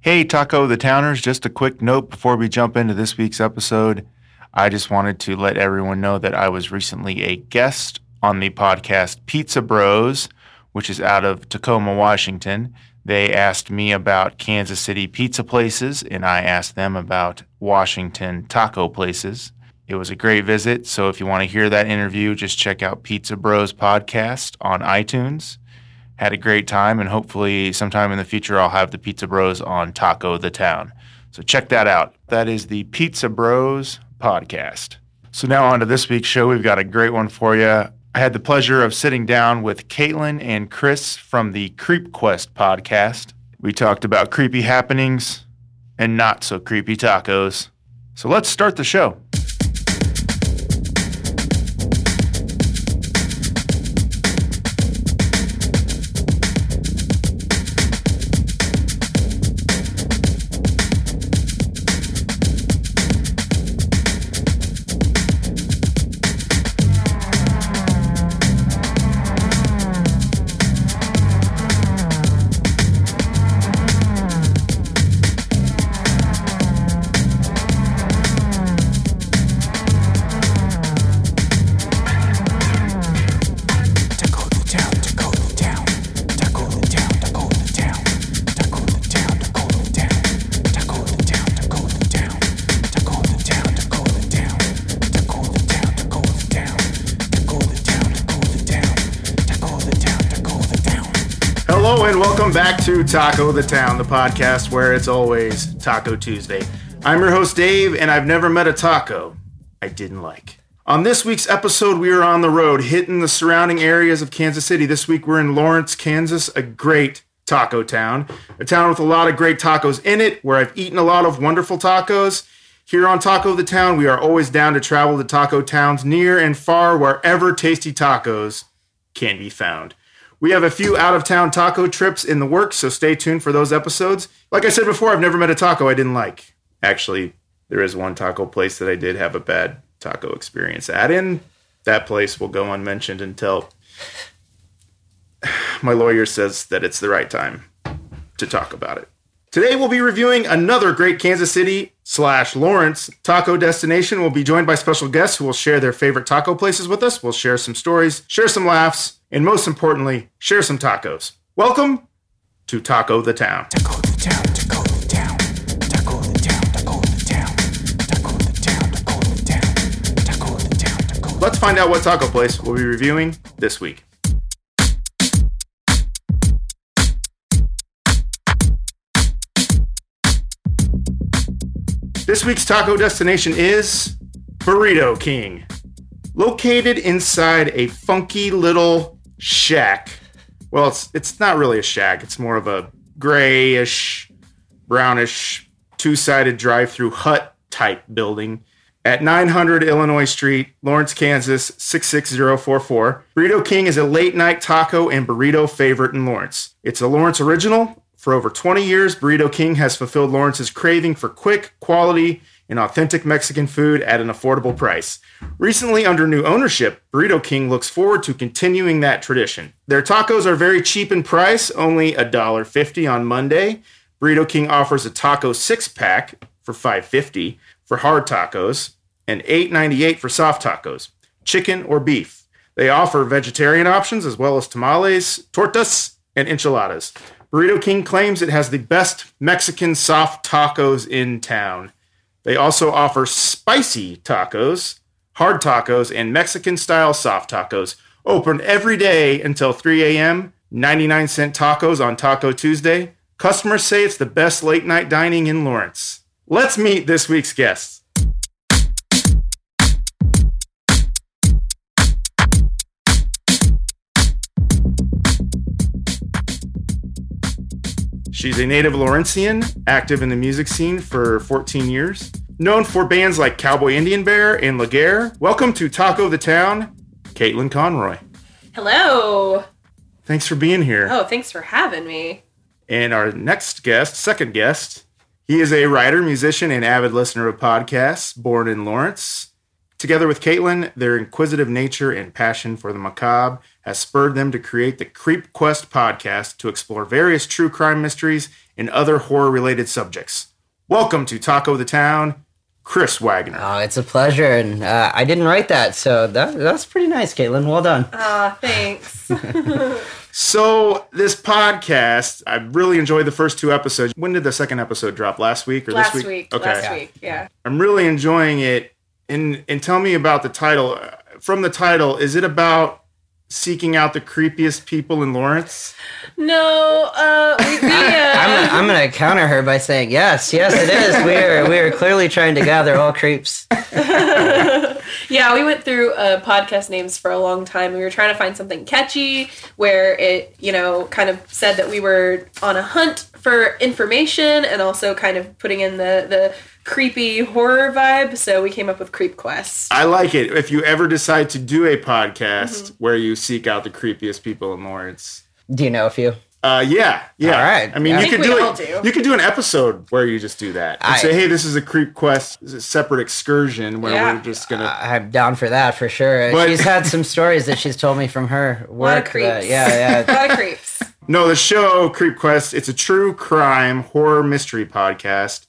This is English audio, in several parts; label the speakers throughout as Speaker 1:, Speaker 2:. Speaker 1: Hey, Taco the Towners, just a quick note before we jump into this week's episode. I just wanted to let everyone know that I was recently a guest on the podcast Pizza Bros, which is out of Tacoma, Washington. They asked me about Kansas City pizza places, and I asked them about Washington taco places. It was a great visit. So if you want to hear that interview, just check out Pizza Bros podcast on iTunes. Had a great time, and hopefully, sometime in the future, I'll have the Pizza Bros on Taco the Town. So check that out. That is the Pizza Bros podcast. So now on to this week's show. We've got a great one for you. I had the pleasure of sitting down with Caitlin and Chris from the Creep Quest podcast. We talked about creepy happenings and not so creepy tacos. So let's start the show. Hello and welcome back to Taco the Town, the podcast where it's always Taco Tuesday. I'm your host Dave, and I've never met a taco I didn't like. On this week's episode, we are on the road, hitting the surrounding areas of Kansas City. This week, we're in Lawrence, Kansas, a great taco town, a town with a lot of great tacos in it, where I've eaten a lot of wonderful tacos. Here on Taco the Town, we are always down to travel to taco towns near and far, wherever tasty tacos can be found. We have a few out of town taco trips in the works, so stay tuned for those episodes. Like I said before, I've never met a taco I didn't like. Actually, there is one taco place that I did have a bad taco experience at, and that place will go unmentioned until my lawyer says that it's the right time to talk about it. Today we'll be reviewing another great Kansas City slash Lawrence taco destination. We'll be joined by special guests who will share their favorite taco places with us. We'll share some stories, share some laughs, and most importantly, share some tacos. Welcome to Taco the Town.
Speaker 2: Taco the town, taco the town, taco the town, taco the town, taco the town, taco the town, taco the town, taco the
Speaker 1: Let's find out what taco place we'll be reviewing this week. This week's taco destination is Burrito King. Located inside a funky little shack. Well, it's it's not really a shack, it's more of a grayish, brownish, two-sided drive-through hut type building at 900 Illinois Street, Lawrence, Kansas 66044. Burrito King is a late-night taco and burrito favorite in Lawrence. It's a Lawrence original. For over 20 years, Burrito King has fulfilled Lawrence's craving for quick, quality, and authentic Mexican food at an affordable price. Recently, under new ownership, Burrito King looks forward to continuing that tradition. Their tacos are very cheap in price, only $1.50 on Monday. Burrito King offers a taco six pack for $5.50 for hard tacos and $8.98 for soft tacos, chicken or beef. They offer vegetarian options as well as tamales, tortas, and enchiladas. Burrito King claims it has the best Mexican soft tacos in town. They also offer spicy tacos, hard tacos, and Mexican style soft tacos. Open every day until 3 a.m. 99 cent tacos on Taco Tuesday. Customers say it's the best late night dining in Lawrence. Let's meet this week's guests. She's a native Lawrenceian, active in the music scene for 14 years, known for bands like Cowboy Indian Bear and Laguerre. Welcome to Taco the Town, Caitlin Conroy.
Speaker 3: Hello.
Speaker 1: Thanks for being here.
Speaker 3: Oh, thanks for having me.
Speaker 1: And our next guest, second guest, he is a writer, musician, and avid listener of podcasts, born in Lawrence. Together with Caitlin, their inquisitive nature and passion for the macabre has spurred them to create the Creep Quest podcast to explore various true crime mysteries and other horror related subjects. Welcome to Taco the Town, Chris Wagner.
Speaker 4: Oh, it's a pleasure, and uh, I didn't write that, so that, that's pretty nice, Caitlin. Well done.
Speaker 3: Ah, thanks.
Speaker 1: So this podcast, I really enjoyed the first two episodes. When did the second episode drop? Last week or
Speaker 3: last
Speaker 1: this
Speaker 3: week.
Speaker 1: week?
Speaker 3: Last week. Yeah.
Speaker 1: I'm really enjoying it. And and tell me about the title. Uh, From the title, is it about seeking out the creepiest people in Lawrence?
Speaker 3: No. Uh. We, we,
Speaker 4: I'm, gonna-
Speaker 3: uh
Speaker 4: I'm gonna counter her by saying yes, yes, it is. We are we are clearly trying to gather all creeps.
Speaker 3: yeah. We went through uh, podcast names for a long time. We were trying to find something catchy where it, you know, kind of said that we were on a hunt for information and also kind of putting in the the creepy horror vibe. So we came up with Creep Quest.
Speaker 1: I like it. If you ever decide to do a podcast where you seek out the creepiest people in Lawrence.
Speaker 4: Do you know a few?
Speaker 1: Uh, yeah, yeah.
Speaker 4: All right.
Speaker 1: I mean,
Speaker 4: I
Speaker 1: you
Speaker 3: think
Speaker 1: could
Speaker 3: we
Speaker 1: do
Speaker 3: all
Speaker 1: it.
Speaker 3: do.
Speaker 1: You could do an episode where you just do that and
Speaker 4: I-
Speaker 1: say, "Hey, this is a creep quest, this is a separate excursion where
Speaker 3: Yeah.
Speaker 1: we're just gonna."
Speaker 4: I'm down for that for sure.
Speaker 1: But-
Speaker 4: she's had some stories that she's told me from her
Speaker 3: lot of
Speaker 4: work. that-
Speaker 3: creeps.
Speaker 4: yeah,
Speaker 3: A
Speaker 4: yeah.
Speaker 3: lot of creeps.
Speaker 1: No, the show Creep Quest. It's a true crime horror mystery podcast.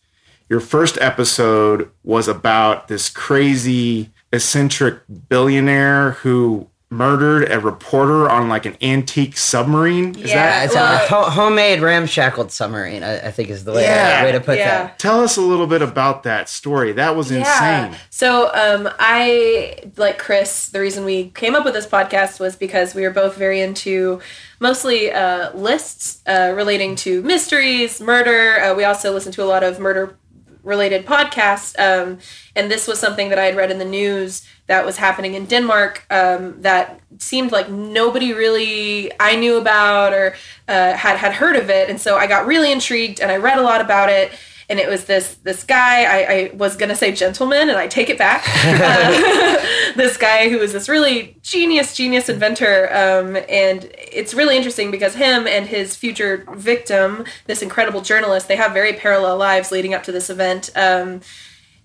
Speaker 1: Your first episode was about this crazy eccentric billionaire who murdered a reporter on like an antique submarine. Is
Speaker 3: Yeah.
Speaker 1: that?
Speaker 4: It's a
Speaker 3: Well-
Speaker 4: ho- homemade ramshackled submarine. I, I think is the way
Speaker 1: Yeah.
Speaker 4: way to put
Speaker 3: yeah.
Speaker 4: that.
Speaker 1: Tell us a little bit about that story. That was insane.
Speaker 3: So um, I like Chris. The reason we came up with this podcast was because we were both very into mostly uh, lists uh, relating to mysteries, murder. Uh, we also listened to a lot of murder related podcasts, um, and this was something that I had read in the news that was happening in Denmark um, that seemed like nobody really I knew about or uh, had had heard of it, and so I got really intrigued and I read a lot about it. And it was this this guy. I, I was gonna say gentleman, and I take it back. Uh, this guy who was this really genius, genius inventor, um, and it's really interesting because him and his future victim, this incredible journalist, they have very parallel lives leading up to this event. Um,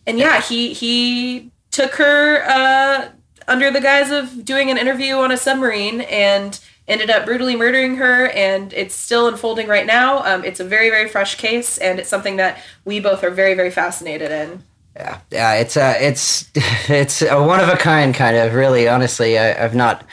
Speaker 3: and yeah, he he took her uh, under the guise of doing an interview on a submarine and ended up brutally murdering her. And it's still unfolding right now. Um, it's a very very fresh case, and it's something that we both are very very fascinated in.
Speaker 4: Yeah, yeah. It's a it's it's a one of a kind kind of really. Honestly, I, I've not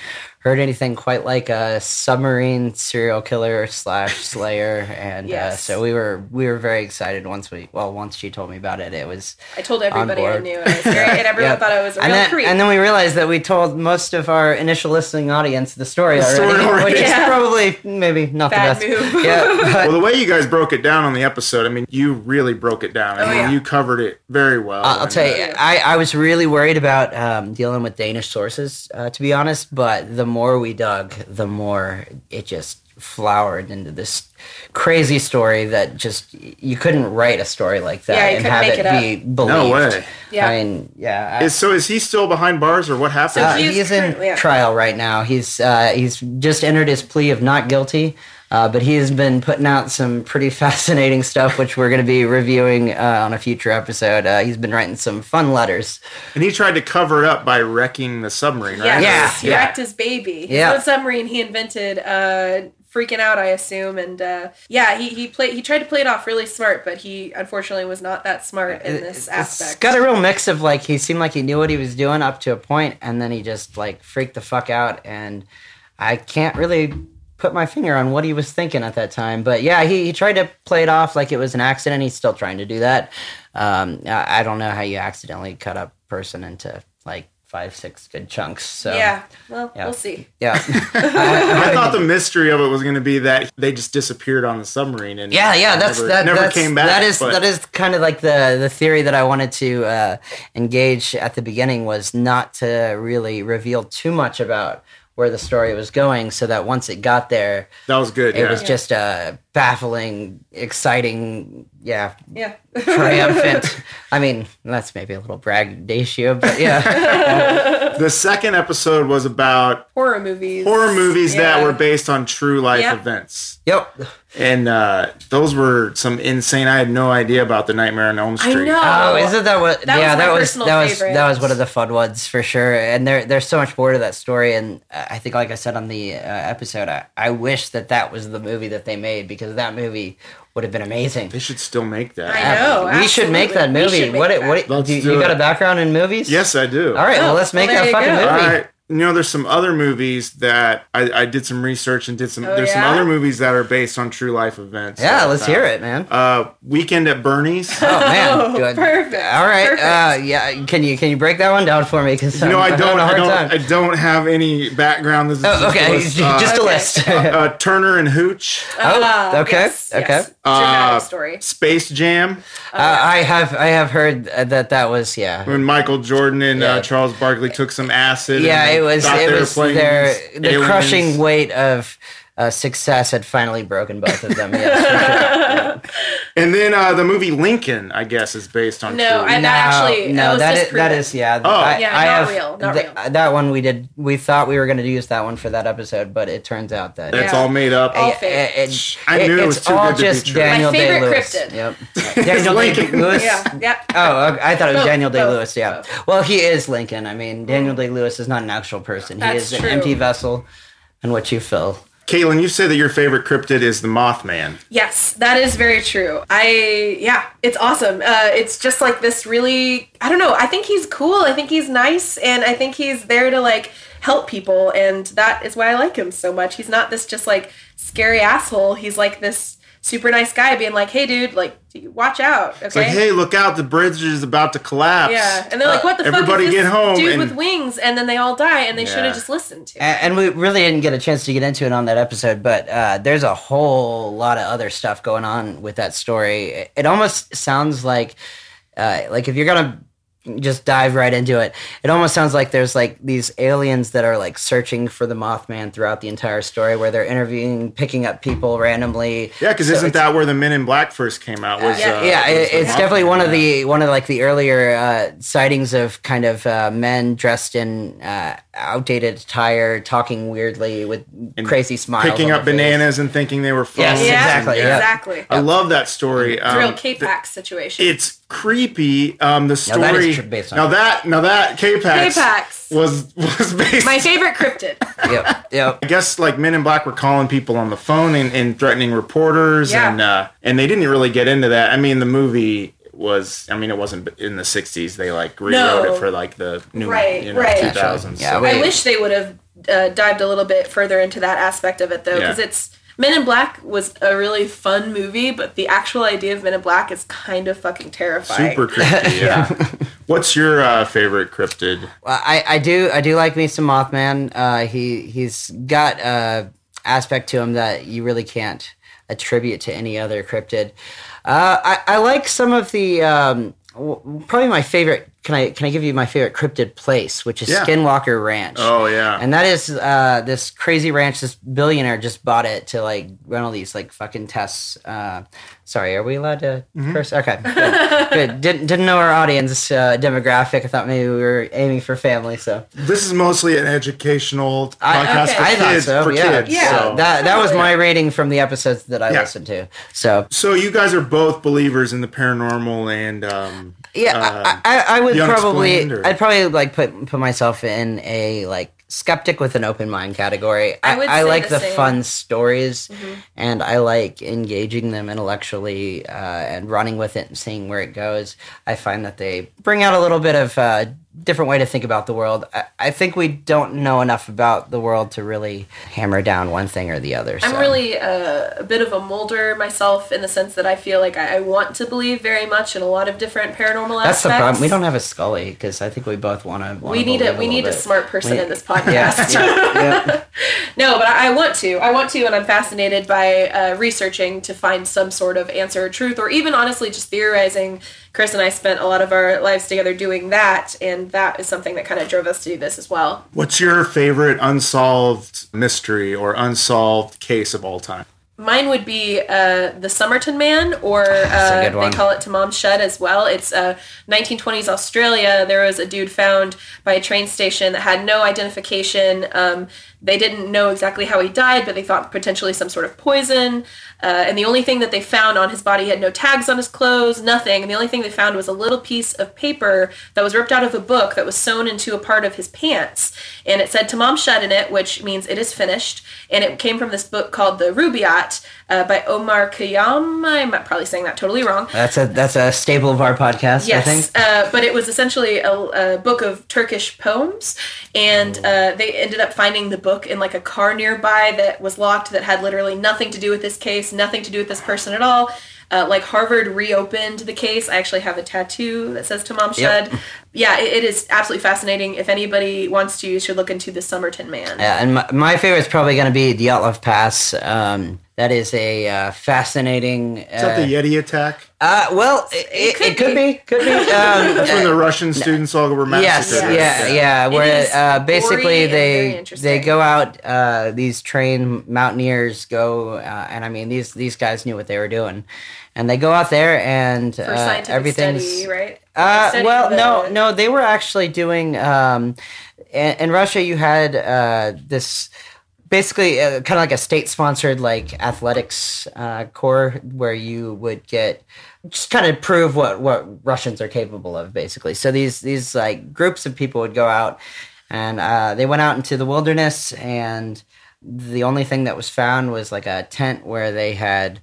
Speaker 4: heard anything quite like a submarine serial killer slash slayer. And uh,
Speaker 3: Yes.
Speaker 4: so we were we were very excited once we well once she told me about it. It was
Speaker 3: I told everybody I
Speaker 4: board.
Speaker 3: knew, and, I was very, and everyone
Speaker 4: Yeah.
Speaker 3: thought I was a real
Speaker 4: and then,
Speaker 3: creep.
Speaker 4: and then we realized that we told most of our initial listening audience the story
Speaker 1: story
Speaker 4: already,
Speaker 1: already.
Speaker 4: which
Speaker 3: Yeah.
Speaker 4: is probably maybe not
Speaker 3: Bad
Speaker 4: the best.
Speaker 3: move.
Speaker 4: Yeah, but
Speaker 1: Well, the way you guys broke it down on the episode, I mean, you really broke it down. I
Speaker 3: Oh,
Speaker 1: mean,
Speaker 3: yeah.
Speaker 1: you covered it very well.
Speaker 4: I'll
Speaker 1: And,
Speaker 4: tell you,
Speaker 1: uh,
Speaker 4: I, I was really worried about um, dealing with Danish sources, uh, to be honest. But the more we dug, the more it just flowered into this crazy story that just you couldn't write a story like that
Speaker 3: Yeah, you
Speaker 4: and
Speaker 3: couldn't
Speaker 4: have
Speaker 3: make
Speaker 4: it,
Speaker 3: it
Speaker 4: be believed.
Speaker 1: No way.
Speaker 3: Yeah.
Speaker 4: I mean, yeah. I-
Speaker 1: Is, so is he still behind bars or what happened?
Speaker 4: uh,
Speaker 3: he
Speaker 4: he
Speaker 3: is
Speaker 4: is in
Speaker 3: currently- yeah.
Speaker 4: trial right now. He's uh, he's just entered his plea of not guilty, uh, but he has been putting out some pretty fascinating stuff, which we're going to be reviewing uh, on a future episode. Uh, he's been writing some fun letters.
Speaker 1: And he tried to cover it up by wrecking the submarine, right?
Speaker 3: Yes,
Speaker 4: Yeah,
Speaker 3: he
Speaker 4: yeah.
Speaker 3: wrecked his baby. His
Speaker 4: Yeah.
Speaker 3: own submarine he invented, uh, freaking out, I assume. And uh, yeah, he he played he tried to play it off really smart, but he unfortunately was not that smart in this aspect.
Speaker 4: It's got a real mix of like he seemed like he knew what he was doing up to a point, and then he just like freaked the fuck out, and I can't really put my finger on what he was thinking at that time. But yeah, he, he tried to play it off like it was an accident. He's still trying to do that. Um, I, I don't know how you accidentally cut a person into like five, six good chunks. So
Speaker 3: yeah, well,
Speaker 4: Yeah.
Speaker 3: we'll see.
Speaker 4: yeah,
Speaker 1: I thought the mystery of it was going to be that they just disappeared on the submarine and
Speaker 4: Yeah, yeah, that's
Speaker 1: never,
Speaker 4: that.
Speaker 1: never
Speaker 4: that's,
Speaker 1: came back.
Speaker 4: That is
Speaker 1: but-
Speaker 4: that is kind of like the the theory that I wanted to uh, engage at the beginning was not to really reveal too much about where the story was going, so that once it got there,
Speaker 1: that was good.
Speaker 4: it
Speaker 1: yeah.
Speaker 4: was just a baffling, exciting, yeah,
Speaker 3: Yeah.
Speaker 4: triumphant. I mean, that's maybe a little braggadocio, but yeah,
Speaker 1: the second episode was about
Speaker 3: horror movies.
Speaker 1: horror movies that
Speaker 3: Yeah.
Speaker 1: were based on true life
Speaker 3: Yeah.
Speaker 1: events,
Speaker 4: yep.
Speaker 1: and uh, those were some insane. I had no idea about the Nightmare on Elm
Speaker 3: I
Speaker 1: Street.
Speaker 3: know.
Speaker 4: Oh, isn't that what?
Speaker 3: that
Speaker 4: yeah,
Speaker 3: was my
Speaker 4: that was
Speaker 3: personal
Speaker 4: that was
Speaker 3: favorite.
Speaker 4: that was one of the fun ones for sure. And there, there's so much more to that story. And uh, I think, like I said on the uh, episode, I, I wish that that was the movie that they made because that movie would have been amazing. Uh,
Speaker 1: They should still make that.
Speaker 3: I know,
Speaker 4: we should make that
Speaker 3: absolutely. We
Speaker 4: movie.
Speaker 3: should make
Speaker 4: what?
Speaker 3: that.
Speaker 4: What?
Speaker 1: Let's
Speaker 4: do you,
Speaker 1: do
Speaker 4: you got
Speaker 1: it.
Speaker 4: a background in movies?
Speaker 1: Yes, I do.
Speaker 4: All right.
Speaker 3: Oh,
Speaker 4: well, let's
Speaker 3: well,
Speaker 4: make
Speaker 3: there
Speaker 4: that
Speaker 3: you
Speaker 4: fucking
Speaker 3: go.
Speaker 4: movie.
Speaker 1: All right. You know, there's some other movies that I, I did some research and did some.
Speaker 3: Oh,
Speaker 1: there's
Speaker 3: yeah?
Speaker 1: some other movies that are based on true life events.
Speaker 4: Yeah,
Speaker 1: that I
Speaker 4: let's
Speaker 1: found.
Speaker 4: hear it, man.
Speaker 1: Uh, Weekend at Bernie's.
Speaker 4: Oh man,
Speaker 3: Oh,
Speaker 4: Good.
Speaker 3: perfect,
Speaker 4: All right,
Speaker 3: perfect.
Speaker 4: Uh, yeah. Can you can you break that one down for me? Because
Speaker 1: you know, I don't, I
Speaker 4: Having a
Speaker 1: don't,
Speaker 4: hard
Speaker 1: I
Speaker 4: time.
Speaker 1: don't have any background. This is
Speaker 4: oh, okay,
Speaker 1: just, a list.
Speaker 4: just a
Speaker 1: uh,
Speaker 3: Okay.
Speaker 4: list.
Speaker 1: uh, Turner and Hooch,
Speaker 3: Ah,
Speaker 4: oh, okay,
Speaker 3: yes,
Speaker 4: okay.
Speaker 3: yes.
Speaker 1: Uh,
Speaker 3: Dramatic story.
Speaker 1: Space Jam,
Speaker 4: Uh, I have I have heard uh, that that was yeah.
Speaker 1: when Michael Jordan and
Speaker 4: Yeah.
Speaker 1: uh, Charles Barkley took some acid.
Speaker 4: Yeah,
Speaker 1: and
Speaker 4: it was
Speaker 1: thought
Speaker 4: it
Speaker 1: they were
Speaker 4: was
Speaker 1: playing
Speaker 4: their
Speaker 1: these
Speaker 4: the
Speaker 1: aliens.
Speaker 4: crushing weight of uh, success had finally broken both of them. Yes,
Speaker 1: And then uh, the movie Lincoln, I guess, is based on.
Speaker 3: No,
Speaker 1: true.
Speaker 3: I- And that actually- that
Speaker 4: no,
Speaker 3: was
Speaker 4: that is that
Speaker 3: disproven.
Speaker 4: is yeah.
Speaker 1: Oh.
Speaker 4: I,
Speaker 3: Yeah,
Speaker 4: I
Speaker 3: not
Speaker 4: have,
Speaker 3: real, not
Speaker 4: th-
Speaker 3: real.
Speaker 4: That one we did. We thought we were going to use that one for that episode, but it turns out that
Speaker 1: that's
Speaker 3: Yeah.
Speaker 1: all made up.
Speaker 3: All
Speaker 4: Yeah,
Speaker 3: fake.
Speaker 4: it- it-
Speaker 1: I knew it was
Speaker 4: it's
Speaker 1: too
Speaker 4: all
Speaker 1: good to be
Speaker 4: just
Speaker 1: true.
Speaker 4: Daniel
Speaker 3: My favorite
Speaker 4: Day-Lewis.
Speaker 3: cryptid.
Speaker 4: Yep. Daniel
Speaker 1: Lincoln.
Speaker 4: Day-Lewis.
Speaker 3: Yeah, yeah.
Speaker 4: Oh, okay. I thought it was
Speaker 3: Both,
Speaker 4: Daniel Day Lewis.
Speaker 3: both,
Speaker 4: Yeah.
Speaker 3: both. Mm.
Speaker 4: Well, he is Lincoln. I mean, Daniel Day Lewis is not an actual person. he
Speaker 3: That's
Speaker 4: is an
Speaker 3: true.
Speaker 4: empty vessel in which you fill.
Speaker 1: Caitlin, you said that your favorite cryptid is the Mothman.
Speaker 3: Yes, that is very true. I yeah, it's awesome. Uh, it's just like this really I don't know. I think he's cool. I think he's nice, and I think he's there to like help people, and that is why I like him so much. He's not this just like scary asshole. He's like this super nice guy being like, hey, dude, like watch out. Okay.
Speaker 1: It's like, hey, look out! The bridge is about to collapse.
Speaker 3: yeah, and they're like, "What the
Speaker 1: everybody
Speaker 3: fuck is this
Speaker 1: get home
Speaker 3: dude
Speaker 1: and-
Speaker 3: with wings?" And then they all die, and they should
Speaker 1: Yeah.
Speaker 3: have just listened to. it.
Speaker 4: A- And we really didn't get a chance to get into it on that episode, but uh, there's a whole lot of other stuff going on with that story. It- It almost sounds like, uh, like if you're gonna just dive right into it, it almost sounds like there's like these aliens that are like searching for the Mothman throughout the entire story, where they're interviewing, picking up people randomly.
Speaker 1: Yeah, because
Speaker 4: So
Speaker 1: isn't
Speaker 4: it's-
Speaker 1: that where the Men in Black first came out? Was
Speaker 3: Yeah,
Speaker 1: uh,
Speaker 4: yeah,
Speaker 1: was
Speaker 4: it,
Speaker 1: the
Speaker 4: it's definitely
Speaker 1: Mothman,
Speaker 4: one of
Speaker 1: yeah.
Speaker 4: the one of like the earlier uh, sightings of kind of uh, men dressed in uh, outdated attire, talking weirdly with crazy smiles,
Speaker 1: picking
Speaker 4: on
Speaker 1: up
Speaker 4: their face.
Speaker 1: bananas and thinking they were phones.
Speaker 4: Yes,
Speaker 1: and-
Speaker 4: exactly, yeah.
Speaker 3: exactly.
Speaker 1: I love that story.
Speaker 3: It's a
Speaker 1: Um,
Speaker 3: real K-Pax situation.
Speaker 1: it's creepy. Um, the
Speaker 4: Now
Speaker 1: story.
Speaker 4: that is tr- based on-
Speaker 1: now that now that K-Pax,
Speaker 3: K-Pax.
Speaker 1: was was based.
Speaker 3: My favorite cryptid.
Speaker 4: Yep, yep.
Speaker 1: I guess like Men in Black were calling people on the phone and, and threatening reporters,
Speaker 3: Yeah.
Speaker 1: and uh, and they didn't really get into that. I mean, the movie was. I mean, it wasn't in the '60s. They like rewrote
Speaker 3: No.
Speaker 1: it for like the new
Speaker 3: Right,
Speaker 1: you know,
Speaker 3: right.
Speaker 1: 2000s.
Speaker 4: Yeah,
Speaker 1: So-
Speaker 4: wait.
Speaker 3: I wish they would have uh, dived a little bit further into that aspect of it, though, because
Speaker 1: Yeah.
Speaker 3: it's Men in Black was a really fun movie, but the actual idea of Men in Black is kind of fucking terrifying.
Speaker 1: super creepy. Yeah. What's your uh, favorite cryptid?
Speaker 4: Well, I, I do I do like me some Mothman. Uh, he he's got a aspect to him that you really can't attribute to any other cryptid. Uh, I, I like some of the um, w- probably my favorite. Can I can I give you my favorite cryptid place, which is
Speaker 1: Yeah.
Speaker 4: Skinwalker Ranch.
Speaker 1: Oh yeah.
Speaker 4: And that is uh, this crazy ranch. This billionaire just bought it to like run all these like fucking tests. Uh, sorry, are we allowed to
Speaker 3: Mm-hmm.
Speaker 4: curse? Okay, good. good. Didn't didn't know our audience uh, demographic. I thought maybe we were aiming for family. So
Speaker 1: this is mostly an educational
Speaker 4: I-
Speaker 1: podcast
Speaker 3: okay.
Speaker 1: for
Speaker 4: I thought
Speaker 1: kids.
Speaker 4: so.
Speaker 1: for
Speaker 4: yeah,
Speaker 1: kids.
Speaker 3: Yeah.
Speaker 1: So.
Speaker 4: that that was my rating from the episodes that I
Speaker 1: Yeah.
Speaker 4: listened to. So
Speaker 1: So you guys are both believers in the paranormal and um,
Speaker 4: yeah,
Speaker 1: uh,
Speaker 4: I, I, I would
Speaker 1: the
Speaker 4: probably
Speaker 1: unexplained or-
Speaker 4: I'd probably like put put myself in a like skeptic with an open mind category. I,
Speaker 3: I would
Speaker 4: I
Speaker 3: say
Speaker 4: like
Speaker 3: the
Speaker 4: the
Speaker 3: same. Mm-hmm.
Speaker 4: fun stories, and I like engaging them intellectually uh, and running with it and seeing where it goes. I find that they bring out a little bit of a different way to think about the world. I, I think we don't know enough about the world to really hammer down one thing or the other.
Speaker 3: I'm
Speaker 4: so.
Speaker 3: really uh, a bit of a molder myself in the sense that I feel like I, I want to believe very much in a lot of different paranormal
Speaker 4: That's
Speaker 3: aspects.
Speaker 4: the problem. We don't have a Scully because I think we both want to.
Speaker 3: We need a we need a smart person
Speaker 4: We-
Speaker 3: in this
Speaker 4: Yeah,
Speaker 3: podcast.
Speaker 4: yeah, yeah.
Speaker 3: No, but I I want to. I want to, and I'm fascinated by uh, researching to find some sort of answer or truth, or even honestly just theorizing. Chris and I spent a lot of our lives together doing that, and that is something that kind of drove us to do this as well.
Speaker 1: what's your favorite unsolved mystery or unsolved case of all time?
Speaker 3: Mine would be uh, the Somerton Man, or
Speaker 4: a
Speaker 3: uh,
Speaker 4: good one.
Speaker 3: they call it to Mom Shed as well. It's uh, 1920s Australia. There was a dude found by a train station that had no identification. Um, They didn't know exactly how he died, but they thought potentially some sort of poison. Uh, and the only thing that they found on his body he had no tags on his clothes, nothing. And the only thing they found was a little piece of paper that was ripped out of a book that was sewn into a part of his pants. And it said Tamam Shad in it, which means it is finished. And it came from this book called The Rubaiyat uh, by Omar Khayyam. I'm probably saying that totally wrong.
Speaker 4: That's a that's a staple of our podcast. I think.
Speaker 3: Yes, uh, but it was essentially a, a book of Turkish poems, and uh, they ended up finding the book in like a car nearby that was locked that had literally nothing to do with this case, nothing to do with this person at all. Uh, like Harvard reopened the case. I actually have a tattoo that says Tamam Shad. Yeah, it, it is absolutely fascinating. If anybody wants to, you should look into the Somerton Man.
Speaker 4: Yeah, and my, my favorite is probably going to be the Yatlov Pass. Um, that is a uh, fascinating.
Speaker 1: Is that
Speaker 4: uh,
Speaker 1: the Yeti attack?
Speaker 4: uh, well, it, it,
Speaker 3: could
Speaker 4: it could
Speaker 3: be.
Speaker 4: be, could be. Um,
Speaker 1: That's when the Russian students all were
Speaker 4: yes,
Speaker 1: massacred.
Speaker 4: yeah,
Speaker 3: Yeah.
Speaker 4: yeah.
Speaker 3: It
Speaker 4: Where
Speaker 3: is
Speaker 4: uh,
Speaker 3: gory
Speaker 4: basically
Speaker 3: and very
Speaker 4: they
Speaker 3: interesting.
Speaker 4: they go out. Uh, these trained mountaineers go, uh, and I mean these these guys knew what they were doing, and they go out there and
Speaker 3: For
Speaker 4: uh,
Speaker 3: scientific
Speaker 4: everything's
Speaker 3: study, right?
Speaker 4: uh,
Speaker 3: Study
Speaker 4: well,
Speaker 3: the-
Speaker 4: no, no, they were actually doing. Um, in, in Russia, you had uh, this basically uh, kind of like a state-sponsored like athletics uh, corps where you would get just kind of prove what what Russians are capable of, basically. So these these like groups of people would go out, and uh, they went out into the wilderness, and the only thing that was found was like a tent where they had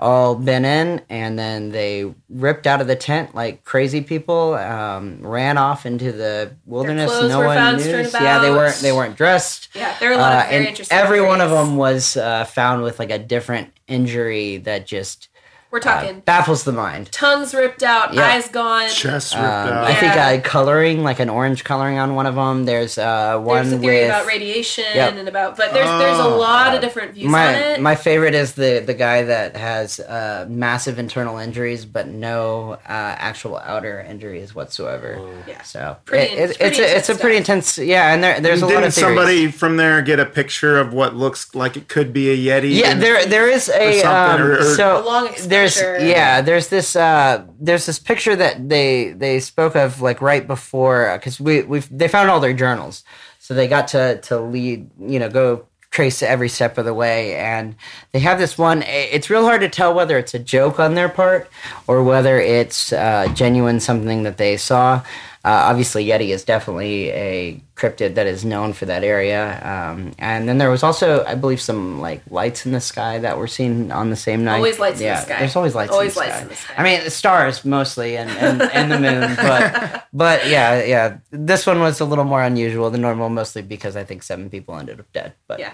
Speaker 4: all been in and then they ripped out of the tent like crazy people um, ran off into the wilderness
Speaker 3: clothes
Speaker 4: no
Speaker 3: were
Speaker 4: one
Speaker 3: found
Speaker 4: knew
Speaker 3: strewn
Speaker 4: yeah they
Speaker 3: about.
Speaker 4: weren't they weren't dressed
Speaker 3: Yeah, there are a lot
Speaker 4: Uh,
Speaker 3: of very
Speaker 4: and
Speaker 3: interesting.
Speaker 4: every one of
Speaker 3: theories.
Speaker 4: them was uh, found with like a different injury that just
Speaker 3: We're
Speaker 4: uh,
Speaker 3: talking
Speaker 4: baffles the mind
Speaker 3: tongues ripped out,
Speaker 4: Yeah.
Speaker 3: eyes gone.
Speaker 1: Chest ripped
Speaker 4: um,
Speaker 1: out.
Speaker 4: I think
Speaker 3: Yeah.
Speaker 4: uh, coloring, like an orange coloring on one of them. There's uh, one
Speaker 3: There's a theory
Speaker 4: with
Speaker 3: about radiation
Speaker 4: Yep.
Speaker 3: and about, but there's there's a
Speaker 1: Oh.
Speaker 3: lot of different views on
Speaker 4: my
Speaker 3: it.
Speaker 4: my favorite is the the guy that has uh, massive internal injuries but no uh, actual outer injuries whatsoever.
Speaker 1: Oh.
Speaker 3: Yeah.
Speaker 4: So
Speaker 3: Pretty-
Speaker 4: it, it,
Speaker 3: pretty
Speaker 4: it's a it's a
Speaker 3: intense
Speaker 4: pretty
Speaker 3: stuff.
Speaker 4: intense. Yeah, and there there's a lot
Speaker 1: Didn't
Speaker 4: of theories.
Speaker 1: somebody from there get a picture of what looks like it could be a Yeti?
Speaker 4: Yeah,
Speaker 1: And-
Speaker 4: there there is a um,
Speaker 1: something, or- or-
Speaker 4: so
Speaker 3: A long
Speaker 4: there's
Speaker 3: exposure.
Speaker 4: yeah there's this uh, there's this picture that they they spoke of like right before because we we they found all their journals, so they got to to lead you know go trace every step of the way and they have this one i- it's real hard to tell whether it's a joke on their part or whether it's uh, genuine something that they saw uh, obviously, Yeti is definitely a cryptid that is known for that area. Um, and then there was also, I believe, some like lights in the sky that were seen on the same night.
Speaker 3: Always lights in the sky.
Speaker 4: There's always lights.
Speaker 3: Always
Speaker 4: in the
Speaker 3: lights
Speaker 4: sky.
Speaker 3: in the sky.
Speaker 4: I mean, the stars mostly, and, and, and the moon. But but yeah, yeah. This one was a little more unusual than normal, mostly because I think seven people ended up dead. But
Speaker 3: Yeah.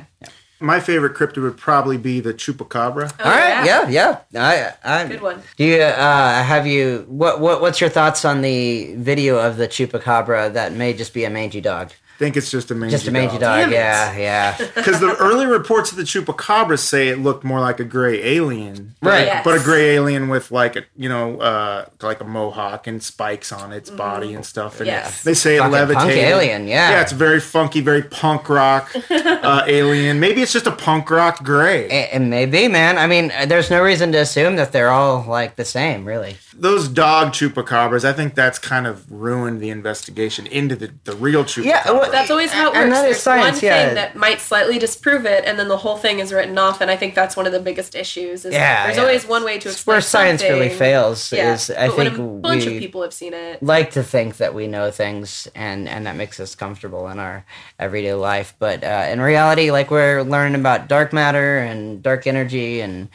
Speaker 1: My favorite cryptid would probably be the chupacabra.
Speaker 3: Oh,
Speaker 4: All right. Yeah. Yeah. I. I
Speaker 3: Good one.
Speaker 4: Do you uh, have you what what what's your thoughts on the video of the chupacabra that may just be a mangy dog?
Speaker 1: think it's just a mangy
Speaker 4: Just a mangy
Speaker 1: dog.
Speaker 4: dog.
Speaker 3: Damn it.
Speaker 4: Yeah, yeah.
Speaker 1: Because the early reports of the chupacabra say it looked more like a gray alien, but-
Speaker 4: Right.
Speaker 3: Yes.
Speaker 1: But a gray alien with like a you know uh, like a mohawk and spikes on its body and stuff. And
Speaker 3: Mm-hmm. Yes.
Speaker 1: they say it
Speaker 4: Fucking
Speaker 1: levitated.
Speaker 4: punk alien. Yeah.
Speaker 1: Yeah, it's very funky, very punk rock uh, alien. Maybe it's just a punk rock gray.
Speaker 4: it, it may be, man. I mean, uh, there's no reason to assume that they're all like the same, really.
Speaker 1: Those dog chupacabras, I think that's kind of ruined the investigation into the, the real chupacabra.
Speaker 4: Yeah, well,
Speaker 3: That's always how it works.
Speaker 4: And that
Speaker 3: There's
Speaker 4: is science,
Speaker 3: one
Speaker 4: yeah.
Speaker 3: thing that might slightly disprove it, and then the whole thing is written off. And I think that's one of the biggest issues. Is
Speaker 4: Yeah,
Speaker 3: there's
Speaker 4: yeah.
Speaker 3: always one way to
Speaker 4: It's
Speaker 3: explain
Speaker 4: where science really
Speaker 3: something.
Speaker 4: fails.
Speaker 3: Yeah,
Speaker 4: Is I
Speaker 3: but
Speaker 4: think
Speaker 3: when a bunch
Speaker 4: we
Speaker 3: of people have seen it.
Speaker 4: like to think that we know things, and and that makes us comfortable in our everyday life. But uh, in reality, like we're learning about dark matter and dark energy and